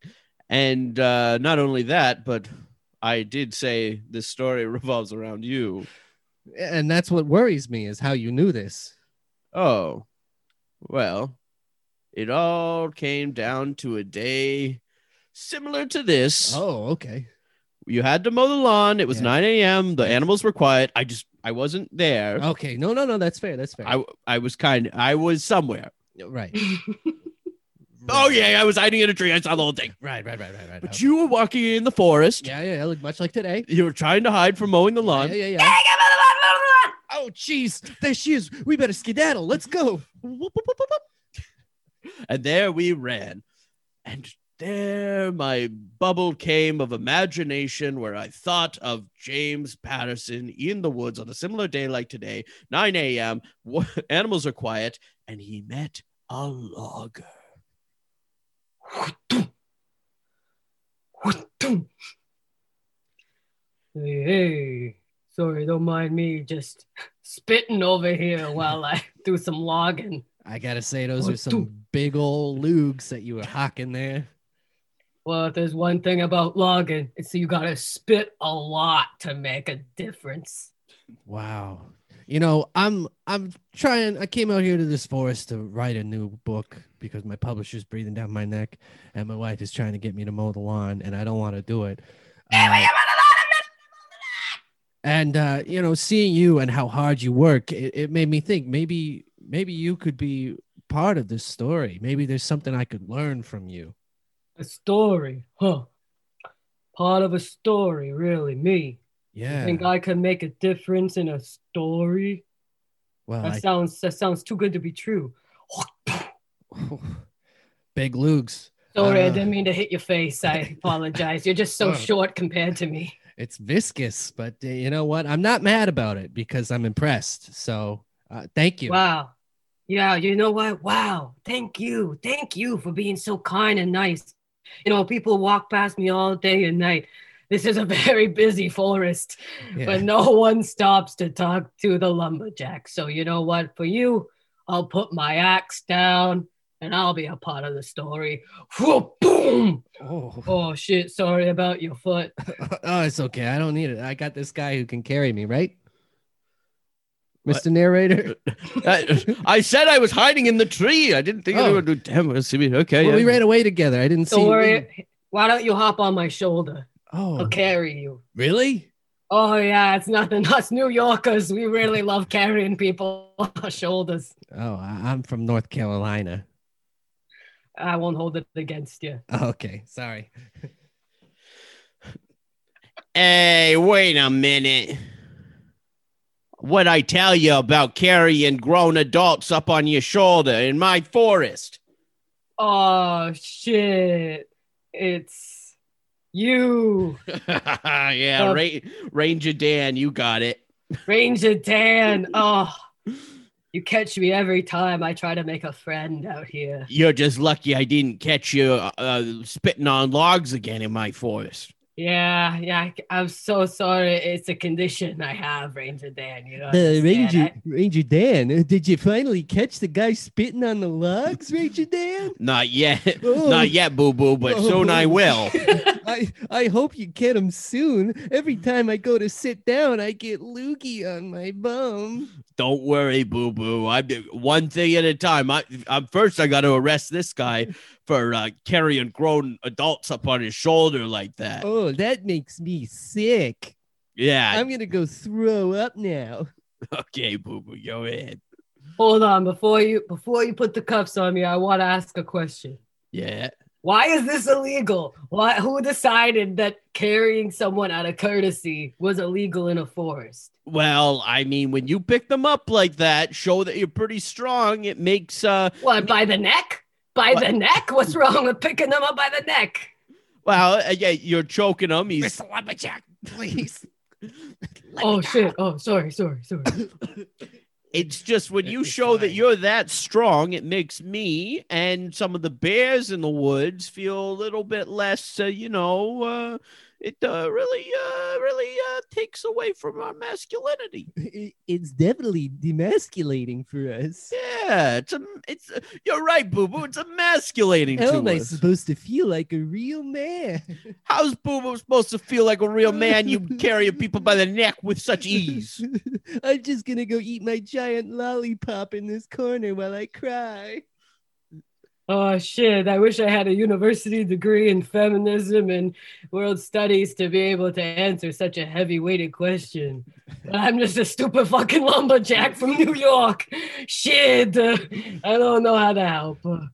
And uh, not only that, but I did say this story *laughs* revolves around you. And that's what worries me is how you knew this. Oh, well, it all came down to a day similar to this. Oh, okay. You had to mow the lawn. It was Yeah. 9 a.m. The Yeah. Oh, animals were quiet. I just, I wasn't there. Okay. No, no, no. That's fair. That's fair. I, I was kind I was somewhere. right. *laughs* Oh, yeah. I was hiding in a tree. I saw the whole thing. Right, right, right, right, right. But you were walking in the forest. yeah, yeah, yeah. Look much like today. You were trying to hide from mowing the lawn. Yeah, yeah, Get yeah. back here, Mother Lana, Mother Lana! Oh, jeez. There she is. We better skedaddle. Let's go. Whoop, whoop, whoop, whoop, whoop. And there we ran. And there my bubble came of imagination where I thought of James Patterson in the woods on a similar day like today, 9 a.m. Wa- *laughs* Animals are quiet. And he met a logger. Hey, hey, sorry, don't mind me just spitting over here while I do some logging. I gotta say, those One, are some two. big old lugs that you were hocking there. Well, if there's one thing about logging, it's that you gotta spit a lot to make a difference. Wow. You know, I'm I'm trying I came out here to this forest to write a new book because my publisher's breathing down my neck and my wife is trying to get me to mow the lawn and I don't want to do it. Uh, and uh, you know, seeing you and how hard you work, it, it made me think maybe maybe you could be part of this story. Maybe there's something I could learn from you. A story, huh? Part of a story, really. Me. Yeah. Think I can make a difference in a story? well, That I, sounds that sounds too good to be true. *laughs* big lugs. Sorry, I Uh. didn't mean to hit your *laughs* face. I apologize. You're just so Oh. short compared to me. it's viscous, but uh, you know what? I'm not mad about it because I'm impressed. So uh, thank you. Wow. Yeah, you know what? Wow. Thank you. Thank you for being so kind and nice. You know, people walk past me all day and night. This is a *laughs* very busy forest, Yeah. but no one stops to talk to the lumberjack. So, you know what? For you, I'll put my axe down and I'll be a part of the story. Whoop, boom. *laughs* oh. Oh, shit. Sorry about your foot. oh, it's okay. I don't need it. I got this guy who can carry me, right? What? Mr. *laughs* Narrator, *laughs* I, I said I was hiding in the tree. I didn't think Oh. anyone would damn well see me. Okay. well, we yeah. ran away together. I didn't see. Don't you worry. leave. Why don't you hop on my shoulder? Oh, I'll carry you. really? Oh yeah, it's *laughs* nothing. Us New Yorkers, we really love carrying people on our shoulders. Oh, I- I'm from North Carolina. I won't hold it against you. Oh, okay, sorry. Hey, wait a minute. What I tell you about carrying grown adults up on your shoulder in my forest? *laughs* Oh shit. It's you, yeah, Uh, Ra- Ranger Dan, you got it. *laughs* Ranger Dan. Oh you catch me every time I try to make a friend out here. You're just lucky I didn't catch you uh, uh, spitting on logs again in my forest. Yeah, yeah. I, am so sorry. It's a condition I have, Ranger Dan. You know. The Ranger, Ranger Dan, *laughs* uh, did you finally catch the guy spitting on the lugs, Ranger Dan? Not yet. *laughs* Oh. Not yet, boo boo, but soon I will. I I hope you get him soon. Every time I go to sit down, I get loogie on my bum. Don't worry, Boo Boo. I'm one thing at a time. I, I'm first. I got to arrest *laughs* this guy for uh, carrying grown adults up on his shoulder like that. Oh, that makes me sick. yeah. I'm gonna go throw up now. *laughs* okay, Boo Boo. Go ahead. Hold on, before you before you put the cuffs on me, I want to ask a question. Yeah. Why is this illegal? Why who decided that carrying someone out of courtesy was illegal in a forest? Well, I mean, when you pick them up like that, show that you're pretty strong. It makes uh, What by the neck? By What? the neck? What's wrong with picking them up by the neck? Well, uh, yeah, you're choking him. He's Mr. Lumberjack, please. Let Oh me shit! Oh, sorry, sorry, sorry. It's just when It- you it's show that fine. you're that strong, it makes me and some of the bears in the woods feel a little bit less, uh, you know, uh, it uh, really, uh, really uh, takes away from our masculinity. *laughs* It- It's definitely demasculating for us. Yeah, it's a, it's a, you're right, Boo Boo. It's emasculating Oh, How to am I us. supposed to feel like a real man? How's Boo Boo supposed to feel like a real man? *laughs* You carry people by the neck with such ease. *laughs* I'm just gonna go eat my giant lollipop in this corner while I cry. Oh shit, I wish I had a university degree in feminism and world studies to be able to answer such a heavy weighted question. But I'm just a stupid fucking lumberjack from New York. Shit, uh, I don't know how to help. Uh,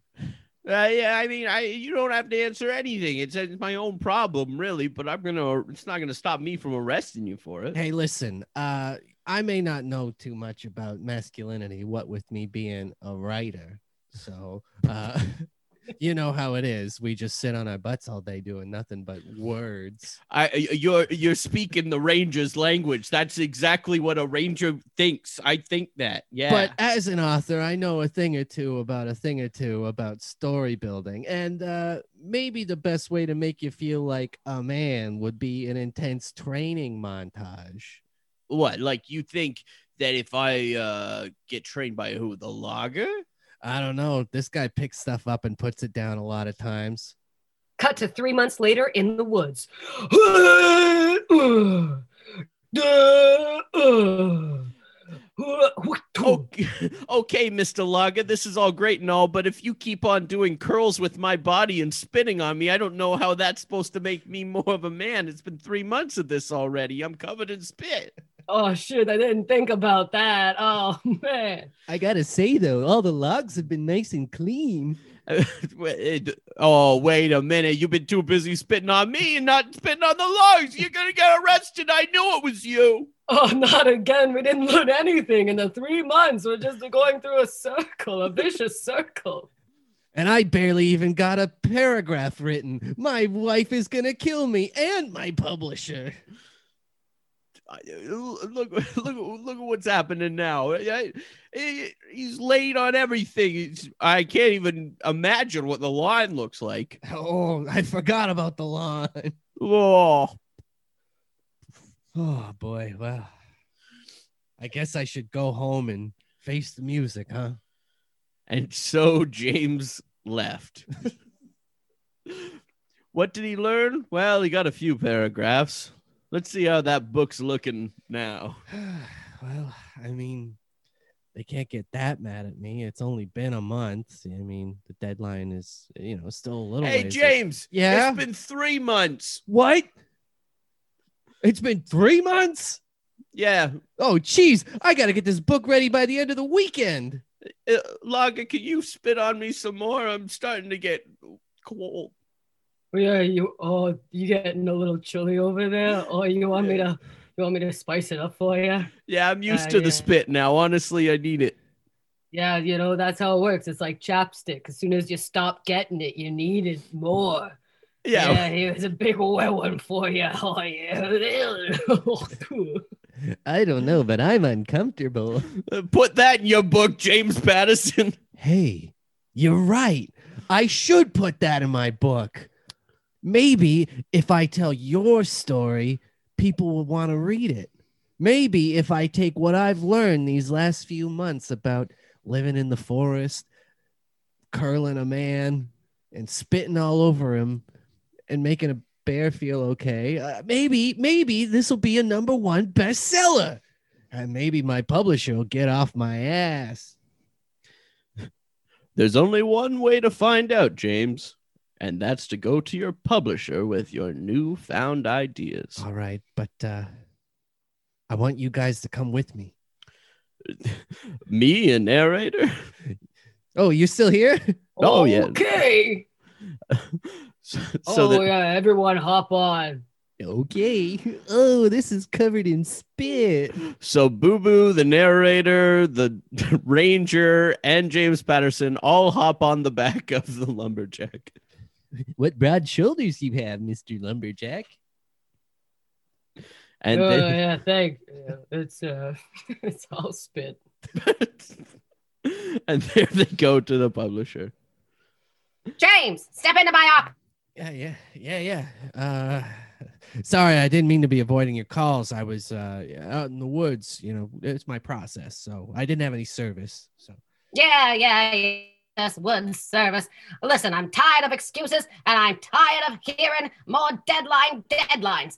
Uh, yeah, I mean, I you don't have to answer anything. It's, it's my own problem, really. But I'm gonna. It's not gonna stop me from arresting you for it. Hey, listen, uh, I may not know too much about masculinity, what with me being a writer. So, uh, *laughs* you know how it is. We just sit on our butts all day doing nothing but words. I you're you're speaking the ranger's language. That's exactly what a ranger thinks. I think that. Yeah. But as an author, I know a thing or two about a thing or two about story building. And uh, maybe the best way to make you feel like a man would be an intense training montage. what? Like you think that if I uh get trained by who the logger? I don't know. This guy picks stuff up and puts it down a lot of times. Cut to three months later in the woods. Oh, Okay, *laughs* okay, Mr. Logger, this is all great and all, but if you keep on doing curls with my body and spinning on me, I don't know how that's supposed to make me more of a man. It's been three months of this already. I'm covered in spit. oh shit, I didn't think about that. Oh man. I gotta say though, all the logs have been nice and clean. *laughs* Wait, oh, wait a minute. You've been too busy spitting on me and not spitting on the logs. You're going to get arrested. I knew it was you. Oh, not again. We didn't learn anything in the three months. We're just going through a circle, a vicious circle. And I barely even got a paragraph written. My wife is gonna kill me and my publisher. I- uh, Look, *laughs* look, look at what's happening now. I- I- He's late on everything. He's- I can't even imagine what the line looks like. Oh, I forgot about the lawn. Oh, Oh boy, well. I guess I should go home and face the music, huh? *sighs* and so James left. *laughs* what did he learn? Well, he got a few paragraphs. Let's see how that book's looking now. well, I mean, they can't get that mad at me. It's only been a month. I mean, the deadline is, you know, still a little Hey, ways. James. Yeah? It's been three months. What? It's been three months? Yeah. Oh, jeez. I got to get this book ready by the end of the weekend. Uh, Lager, can you spit on me some more? I'm starting to get cold. Yeah, you oh you getting a little chilly over there? Oh, you want me to you want me to spice it up for you? Yeah, I'm used Uh, to yeah. the spit now. Honestly, I need it. Yeah, you know, that's how it works. It's like chapstick. As soon as you stop getting it, you need it more. Yeah. here's a big wet one for you. *laughs* Oh yeah. I don't know, but I'm uncomfortable. Uh, Put that in your book, James Patterson. *laughs* hey, you're right. I should put that in my book. Maybe if I tell your story, people will want to read it. Maybe if I take what I've learned these last few months about living in the forest, curling a man, and spitting all over him, and making a bear feel okay, uh, maybe, maybe this will be a number one bestseller. And maybe my publisher will get off my ass. There's only one way to find out, James, and that's to go to your publisher with your newfound ideas. All right, but uh, I want you guys to come with me. Me, a narrator? *laughs* Oh, you're still here? *laughs* Oh, yeah. Okay. so, so oh that yeah, everyone hop on. okay. Oh, this is covered in spit. So Boo Boo, the narrator, the *laughs* ranger, and James Patterson all hop on the back of the lumberjack. What broad shoulders you have, Mister Lumberjack. And oh, then, yeah, thanks. Yeah, it's *laughs* uh, it's all spit. *laughs* and there they go to the publisher. James, step into my office. Yeah, yeah, yeah, yeah. Uh, sorry, I didn't mean to be avoiding your calls. I was uh, out in the woods. You know, it's my process, so I didn't have any service. So Yeah, yeah, yes, wood service. Listen, I'm tired of excuses and I'm tired of hearing more deadline deadlines.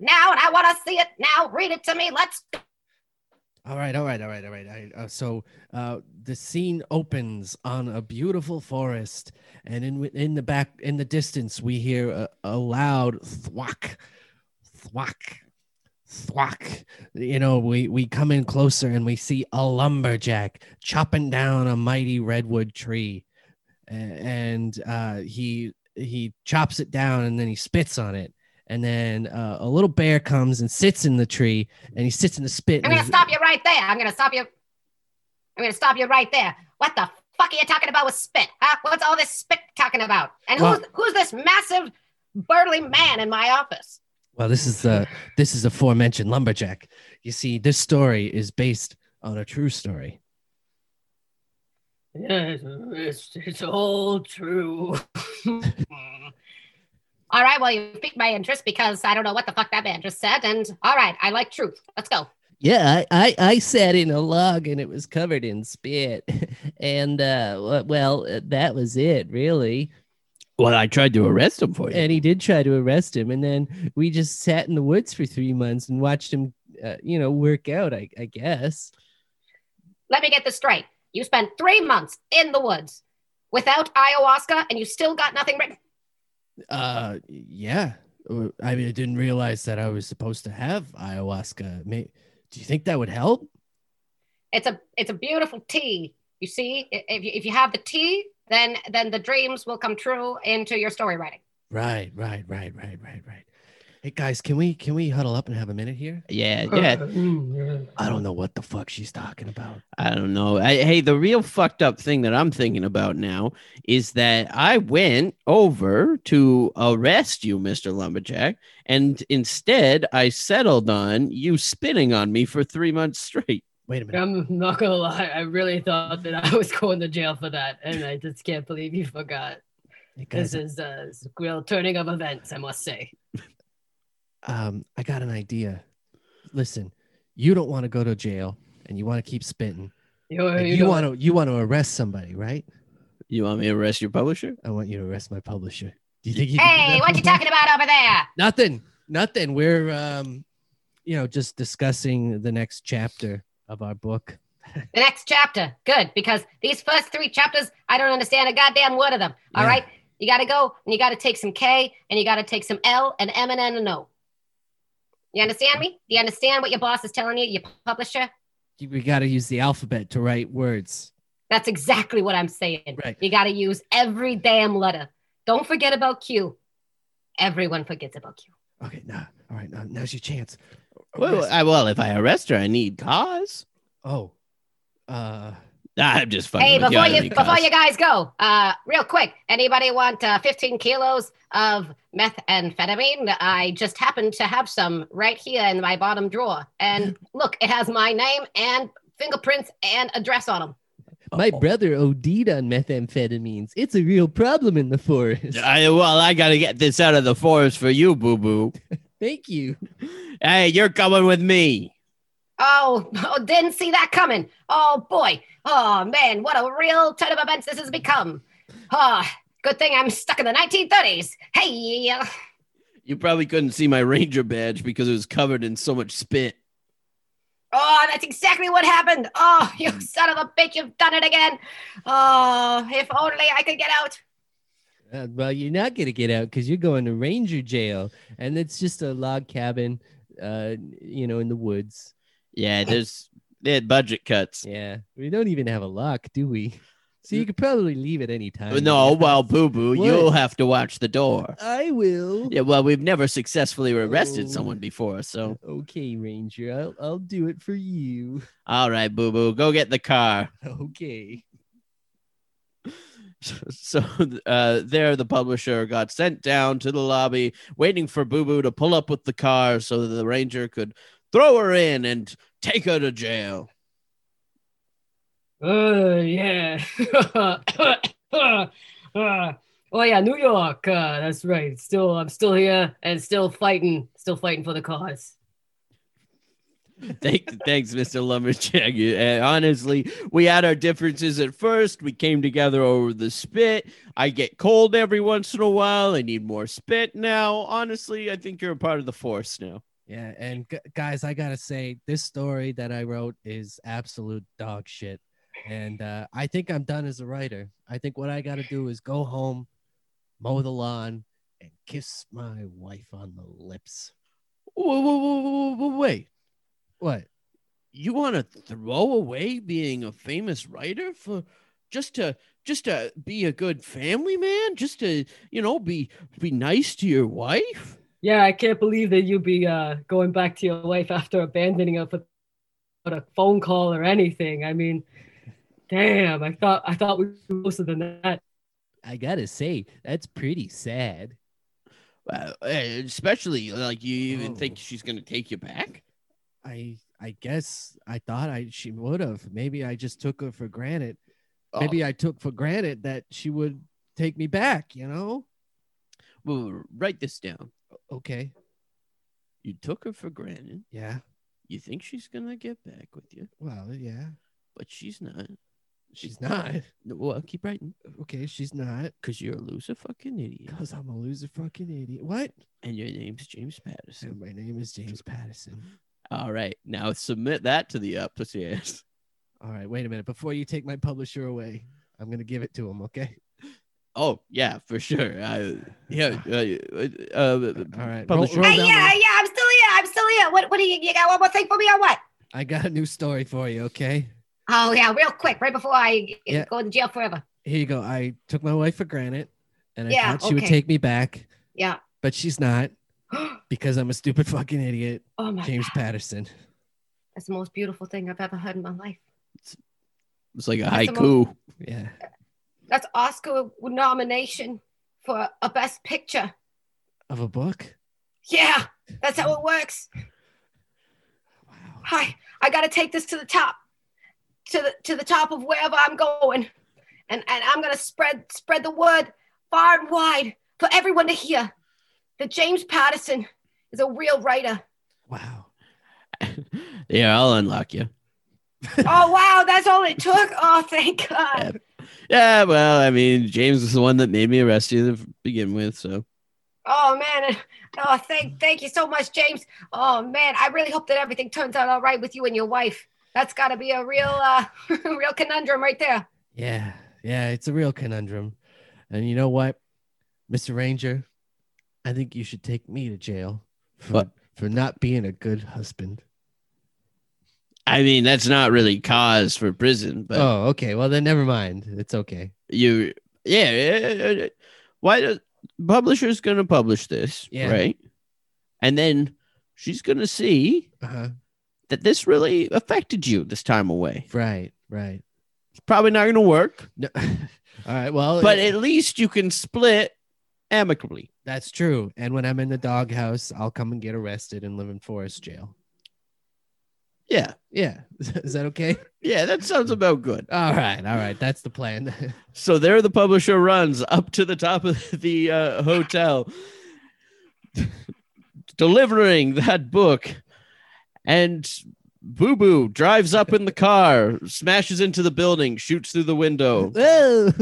Now, and I want to see it now. Read it to me. Let's go. All right, all right, all right, all right. I, uh, so uh, the scene opens on a beautiful forest, and in wi- in the back in the distance we hear a, a loud thwack, thwack, thwack. You know, we we come in closer and we see a lumberjack chopping down a mighty redwood tree, A- and uh, he he chops it down and then he spits on it. And then uh, a little bear comes and sits in the tree, and he sits in the spit. I'm and going to his- stop you right there. I'm going to stop you. I'm going to stop you right there. What the fuck are you talking about with spit? Huh? What's all this spit talking about? And who's, who's this massive, burly man in my office? Well, this is the this is aforementioned lumberjack. You see, this story is based on a true story. Yes, it's, it's all true. all right, well, you piqued my interest because I don't know what the fuck that man just said. And all right, I like truth. Let's go. Yeah, I, I, I sat in a log and it was covered in spit, *laughs* and uh, w- well, uh, that was it really. Well, I tried to arrest him for you. And he did try to arrest him, and then we just sat in the woods for three months and watched him, uh, you know, work out. I, I guess. Let me get this straight. You spent three months in the woods without ayahuasca and you still got nothing written. Uh, yeah. Uh, I mean, I didn't realize that I was supposed to have ayahuasca. May- Do you think that would help? It's a it's a beautiful tea. You see, I- if you, if you have the tea, then then the dreams will come true into your story writing. Right, right, right, right, right, right. Hey guys, can we can we huddle up and have a minute here? yeah, yeah. I don't know what the fuck she's talking about. I don't know. I, hey, the real fucked up thing that I'm thinking about now is that I went over to arrest you, Mr. Lumberjack, and instead I settled on you spitting on me for three months straight. Wait a minute. *laughs* I'm not gonna lie. I really thought that I was going to jail for that, and I just can't believe you forgot. Hey, This guys, is a real turning of events, I must say. um, I got an idea. Listen, you don't want to go to jail and you want to keep spitting. You're, And you you want to you want to arrest somebody, right? You want me to arrest your publisher? I want you to arrest my publisher. Do you think you can do Hey, that what for you me? talking about over there? Nothing. Nothing. We're um you know, just discussing the next chapter of our book. The next chapter. Good, because these first three chapters, I don't understand a goddamn word of them. All Yeah. right, You got to go and you got to take some K and you got to take some L and M and N and O. You understand me? Do you understand what your boss is telling you, your publisher? We got to use the alphabet to write words. That's exactly what I'm saying. Right. You got to use every damn letter. Don't forget about Q. Everyone forgets about Q. Okay, nah. All right, now, now's your chance. Oh, Well, Arrest- I, well, if I arrest her, I need cause. Oh, uh, I'm just fucking. Hey, with before I don't you need before cause. you guys go, uh, real quick, anybody want uh, 15 kilos of methamphetamine? I just happen to have some right here in my bottom drawer, and look, it has my name and fingerprints and address on them. my brother OD'd on methamphetamines. It's a real problem in the forest. I, well, I gotta get this out of the forest for you, Boo Boo. Thank you. Hey, you're coming with me. Oh, oh, didn't see that coming. Oh boy. Oh man, what a real turn of events this has become. Oh, good thing I'm stuck in the 1930s. Hey, You probably couldn't see my ranger badge because it was covered in so much spit. Oh, that's exactly what happened. Oh, you son of a bitch, you've done it again. Oh, if only I could get out. Uh, well, you're not gonna get out because you're going to ranger jail, and it's just a log cabin, uh, you know, in the woods. Yeah, there's they had budget cuts. Yeah, we don't even have a lock, do we? So you could probably leave at any time. No, well, Boo Boo, What? you'll have to watch the door. I will. Yeah, well, we've never successfully arrested Oh. someone before, so Okay, ranger, I'll I'll do it for you. *laughs* all right, Boo Boo, go get the car. Okay. So uh, there, the publisher got sent down to the lobby, waiting for Boo Boo to pull up with the car so that the ranger could throw her in and take her to jail. Uh, yeah. *coughs* oh yeah, New York. Uh, that's right. Still, I'm still here and still fighting. Still fighting for the cause. Thank, *laughs* thanks, Mr. Lumberjack. You- uh, honestly, we had our differences at first. We came together over the spit. I get cold every once in a while. I need more spit now. Honestly, I think you're a part of the force now. Yeah, and gu guys, I gotta say, this story that I wrote is absolute dog shit, and uh, I think I'm done as a writer. I think what I gotta do is go home, mow the lawn, and kiss my wife on the lips. Whoa, whoa, whoa, whoa, whoa, whoa, wait. What? You want to throw away being a famous writer for just to just to be a good family man, just to you know be be nice to your wife. Yeah, I can't believe that you'd be uh, going back to your wife after abandoning her for, for a phone call or anything. I mean, damn, I thought I thought we were closer than that. I gotta say, that's pretty sad. Uh, especially like you even think Oh. she's gonna take you back. I I guess I thought I she would have. Maybe I just took her for granted. Oh. Maybe I took for granted that she would take me back. You know? Well, write this down. Okay. You took her for granted. Yeah. You think she's gonna get back with you, Well, yeah. but she's not. She's not. No, Well, keep writing Okay, she's not. because you're a loser fucking idiot, Because I'm a loser fucking idiot. What? and your name's James Patterson. And my name is James Patterson. All right, now submit that to the upstairs. All right, wait a minute. Before you take my publisher away, I'm gonna give it to him, okay? Oh yeah, for sure. I, *laughs* yeah. Uh, uh, uh, All right. roll- publisher. roll Hey, down the- yeah, yeah, I'm still here. I'm still here. What, what do you, you got one more thing for me or what? I got a new story for you, okay? Oh, yeah, real quick, right before I Yeah. go to jail forever. Here you go. I took my wife for granted and I Yeah, thought she would okay. take me back, Yeah. *gasps* but she's not oh, because I'm a stupid fucking idiot, my James God. Patterson. That's the most beautiful thing I've ever heard in my life. It's like a That's the haiku. Yeah. That's Oscar nomination for a best picture. Of a book? Yeah, that's how it works. Wow. Hi, I gotta take this to the top, to the to the top of wherever I'm going, and and I'm gonna spread spread the word far and wide for everyone to hear that James Patterson is a real writer. Wow. yeah, I'll unlock you. oh wow, that's all it took. Oh, thank God. Yeah, well, I mean, James is the one that made me arrest you to begin with, so Oh man. Oh, thank thank you so much, James. Oh man, I really hope that everything turns out all right with you and your wife. That's gotta be a real uh *laughs* real conundrum right there. Yeah, yeah, it's a real conundrum. And you know what, Mr. Ranger, I think you should take me to jail for What? for not being a good husband. I mean, that's not really cause for prison, but oh, okay. Well, then never mind. It's okay. you, yeah, yeah, yeah, yeah. why does publisher's gonna publish this, Yeah. right? And then she's gonna see Uh-huh. that this really affected you this time away. Right, right. It's probably not gonna work, No. *laughs* All right. Well, but it- at least you can split amicably. that's true. And when I'm in the doghouse, I'll come and get arrested and live in forest jail. Yeah, Yeah. *laughs* Is that okay? yeah, that sounds about good. All right. All right. That's the plan. So there, the publisher runs up to the top of the uh, hotel, *laughs* delivering that book. And Boo Boo drives up in the car, smashes into the building, shoots through the Oh. *laughs* window. Whoa.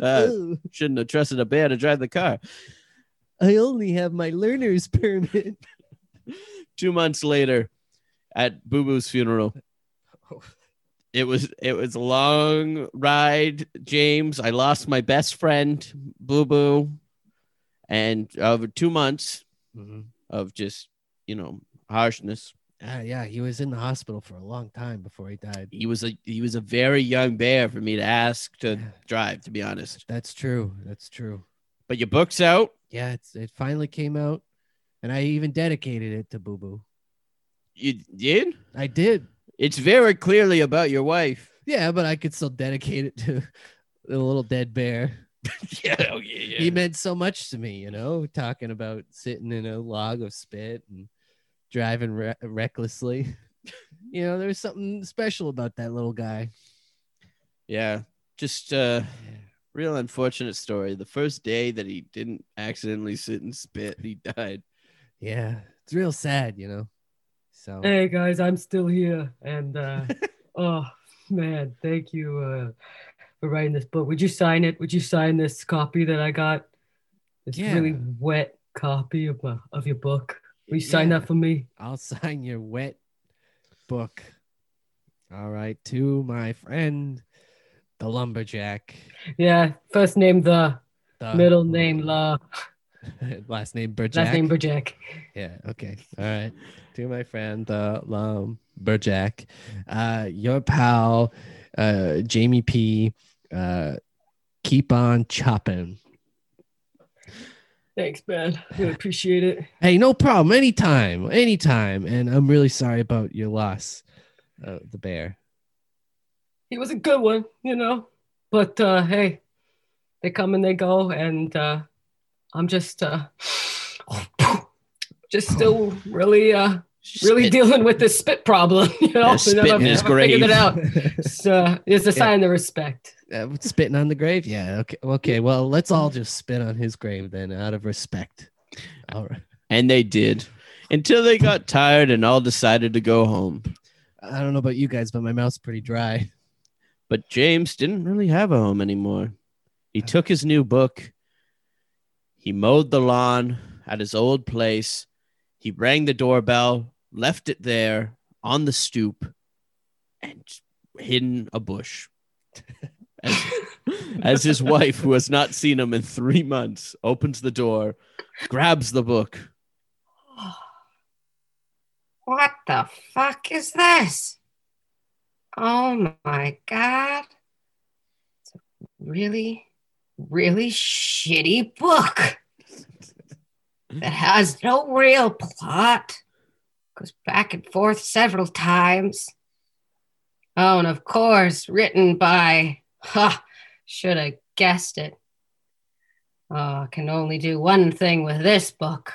Uh, Whoa. shouldn't have trusted a bear to drive the car. *laughs* I only have my learner's permit. Two months later, at Boo Boo's *laughs* funeral. Oh. It was it was a long ride, James. I lost my best friend, Boo Boo, and over two months, Mhm. of just you know harshness. Uh, yeah, he was in the hospital for a long time before he died. He was a he was a very young bear for me to ask *sighs* to Yeah. drive, to be honest. That's true. That's true. But your book's out. Yeah, it's, it finally came out, and I even dedicated it to Boo Boo. You did. I did. It's very clearly about your wife. Yeah, but I could still dedicate it to *laughs* the little dead bear. *laughs* yeah, oh, yeah, yeah. He meant so much to me, you know, talking about sitting in a log of spit and driving re- recklessly. *laughs* you know, there was something special about that little guy. yeah. Just uh, real unfortunate story. The first day that he didn't accidentally sit and spit, he died. Yeah, it's real sad, you know. So Hey guys, I'm still here, and *laughs* uh, oh man, thank you uh, for writing this book. Would you sign it? Would you sign this copy that I got? This Yeah. really wet copy of my, of your book. Will you sign Yeah. that for me? I'll *laughs* sign your wet book. All right, to my friend, the lumberjack. Yeah, first name the, The middle name la, *laughs* last name Burjack. last name Berjack. Yeah. Okay. All right. To my friend, the lumberjack, uh, your pal, uh, Jamie P. Uh, keep on chopping. Thanks, man. Really appreciate it. Hey, no problem. Anytime. Anytime. And I'm really sorry about your loss, uh, the bear. He was a good one, you know. But uh, hey, they come and they go, and uh, I'm just uh, *sighs* just still really uh, really Spit. dealing with this spit problem, *laughs* you know. Yeah, spit I've in his never figured it grave. out. *laughs* It's, uh, it's a Yeah. sign of respect. Uh, spitting on the grave. Yeah. Okay. Okay. Well, let's all just spit on his grave then, out of respect. All right. And they did. Until they got tired and all decided to go home. I don't know about you guys, but my mouth's pretty dry. But James didn't really have a home anymore. He took his new book. He mowed the lawn at his old place. He rang the doorbell, left it there on the stoop, and hidden a bush. As, as his wife, who has not seen him in three months, opens the door, grabs the book. What the fuck is this? Oh my god. It's a really, really shitty book that has no real plot. Goes back and forth several times. Oh, and of course, written by, ha, should have guessed it. Uh, Oh, I can only do one thing with this book.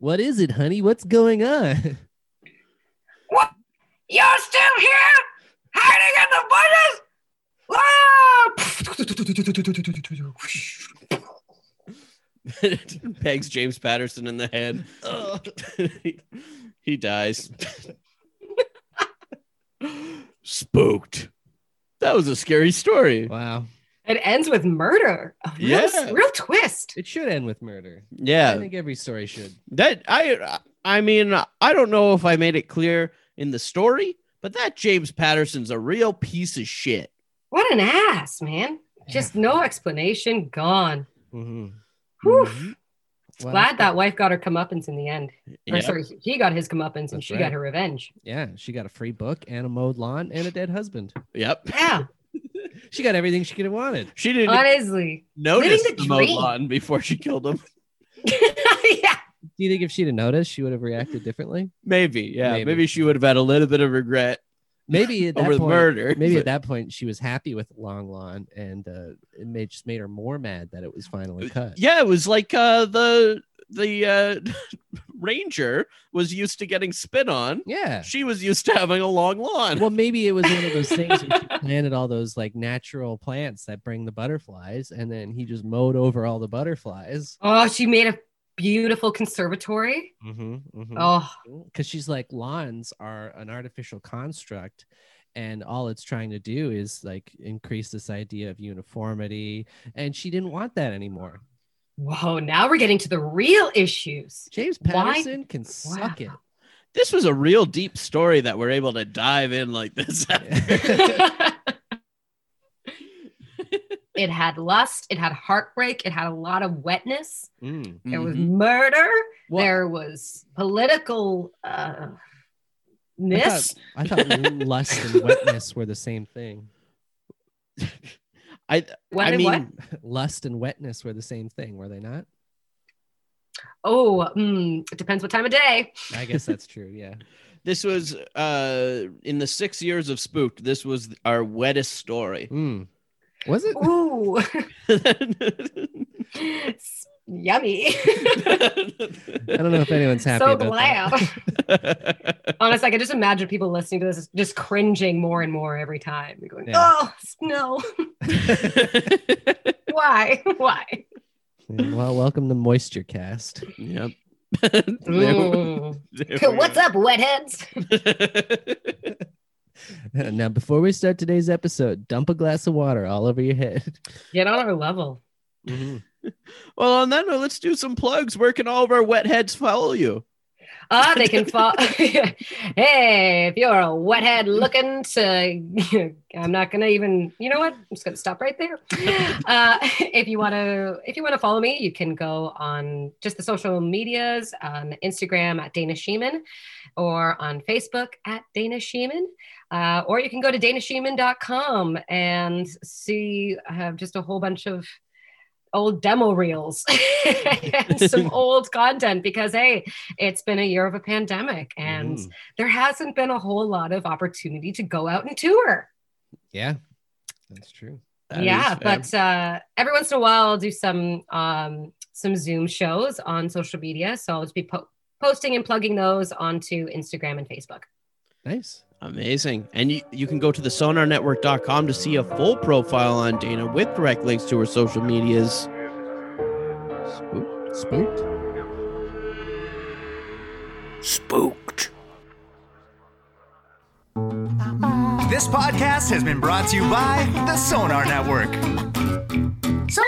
What is it, honey? What's going on? You're still here? Hiding in the bushes? Wow! *laughs* Pegs James Patterson in the head. *laughs* He- he dies. *laughs* Spooked. That was a scary story. Wow. It ends with murder. A real, Yeah. *laughs* real twist. It should end with murder. I Yeah. think every story should. That I I mean, I don't know if I made it clear in the story, but that James Patterson's a real piece of shit. What an ass, man. Just no explanation gone. Mhm. Whew. Mhm. Wow. Glad that wife got her comeuppance in the end. Or Yeah. sorry, he got his comeuppance and That's she right. got her revenge. Yeah, she got a free book and a mowed lawn and a dead husband. Yep. Yeah, She got everything she could have wanted. She didn't honestly. notice Uh, living the, the mowed dream. lawn before she killed him. *laughs* *laughs* yeah. Do you think if she'd have noticed, she would have reacted differently? Maybe, yeah. Maybe. Maybe. she would have had a little bit of regret Maybe at that *laughs* over the point, murder. maybe at but- that point she was happy with long lawn and uh, it made, just made her more mad that it was finally cut. Uh, yeah it was like uh the the uh *laughs* ranger was used to getting spit on Yeah. she was used to having a long *laughs* lawn Well, maybe it was one of those things where she planted all those like natural plants that bring the butterflies, and then he just mowed over all the butterflies. Oh, she made a beautiful conservatory. Mm-hmm, Oh, because she's like lawns are an artificial construct and all it's trying to do is like increase this idea of uniformity and she didn't want that anymore whoa. Now we're getting to the real *laughs* issues. james Why- patterson can suck it this was a real deep story that we're able to dive in like this *laughs* *laughs* it had lust, it had heartbreak, it had a lot of wetness. Mm. There was Mhm. murder, Well, there was political uh I ness. thought, I thought lust and wetness were the same thing i What i and mean what? lust and wetness were the same thing were they not Oh, mm, it depends what time of day. i guess that's true yeah this was uh in the six years of spooked this was our wettest story *laughs* Mm. Was it? Ooh, yummy. I don't know if anyone's happy *laughs* so about glam. that. Honestly, I can just imagine people listening to this just cringing more and more every time. They're going, *laughs* Yeah. *laughs* "Oh no, why, why?" Yeah, Well, welcome to Moisture Cast. *laughs* yep. There we- Mm. *laughs* there we What's up, wetheads? are. now, before we start today's episode, dump a glass of water all over your head. Get on our level. *laughs* Mm-hmm. Well, on that note, let's do some plugs. Where can all of our wet heads follow you? Ah, they can *laughs* fall. hey, if you're a wethead looking to, *laughs* I'm not gonna even. You know what? I'm just gonna stop right there. Uh, *laughs* if you wanna, if you wanna follow me, you can go on just the social medias on Instagram at Dana Sheeman, or on Facebook at Dana Sheeman. Uh, or you can go to danasheeman.com and see uh, just a whole bunch of old demo reels *laughs* and some old content because hey it's been a year of a pandemic and Mm-hmm. Mhm. there hasn't been a whole lot of opportunity to go out and tour Yeah, that's true. That yeah is fair. but uh, every once in a while i'll do some um, some zoom shows on social media so i'll just be po- posting and plugging those onto instagram and facebook Nice. Amazing. And you, you can go to the sonarnetwork.com to see a full profile on Dana with direct links to her social medias. Spook- Spooked. This podcast has been brought to you by the Sonar Network. So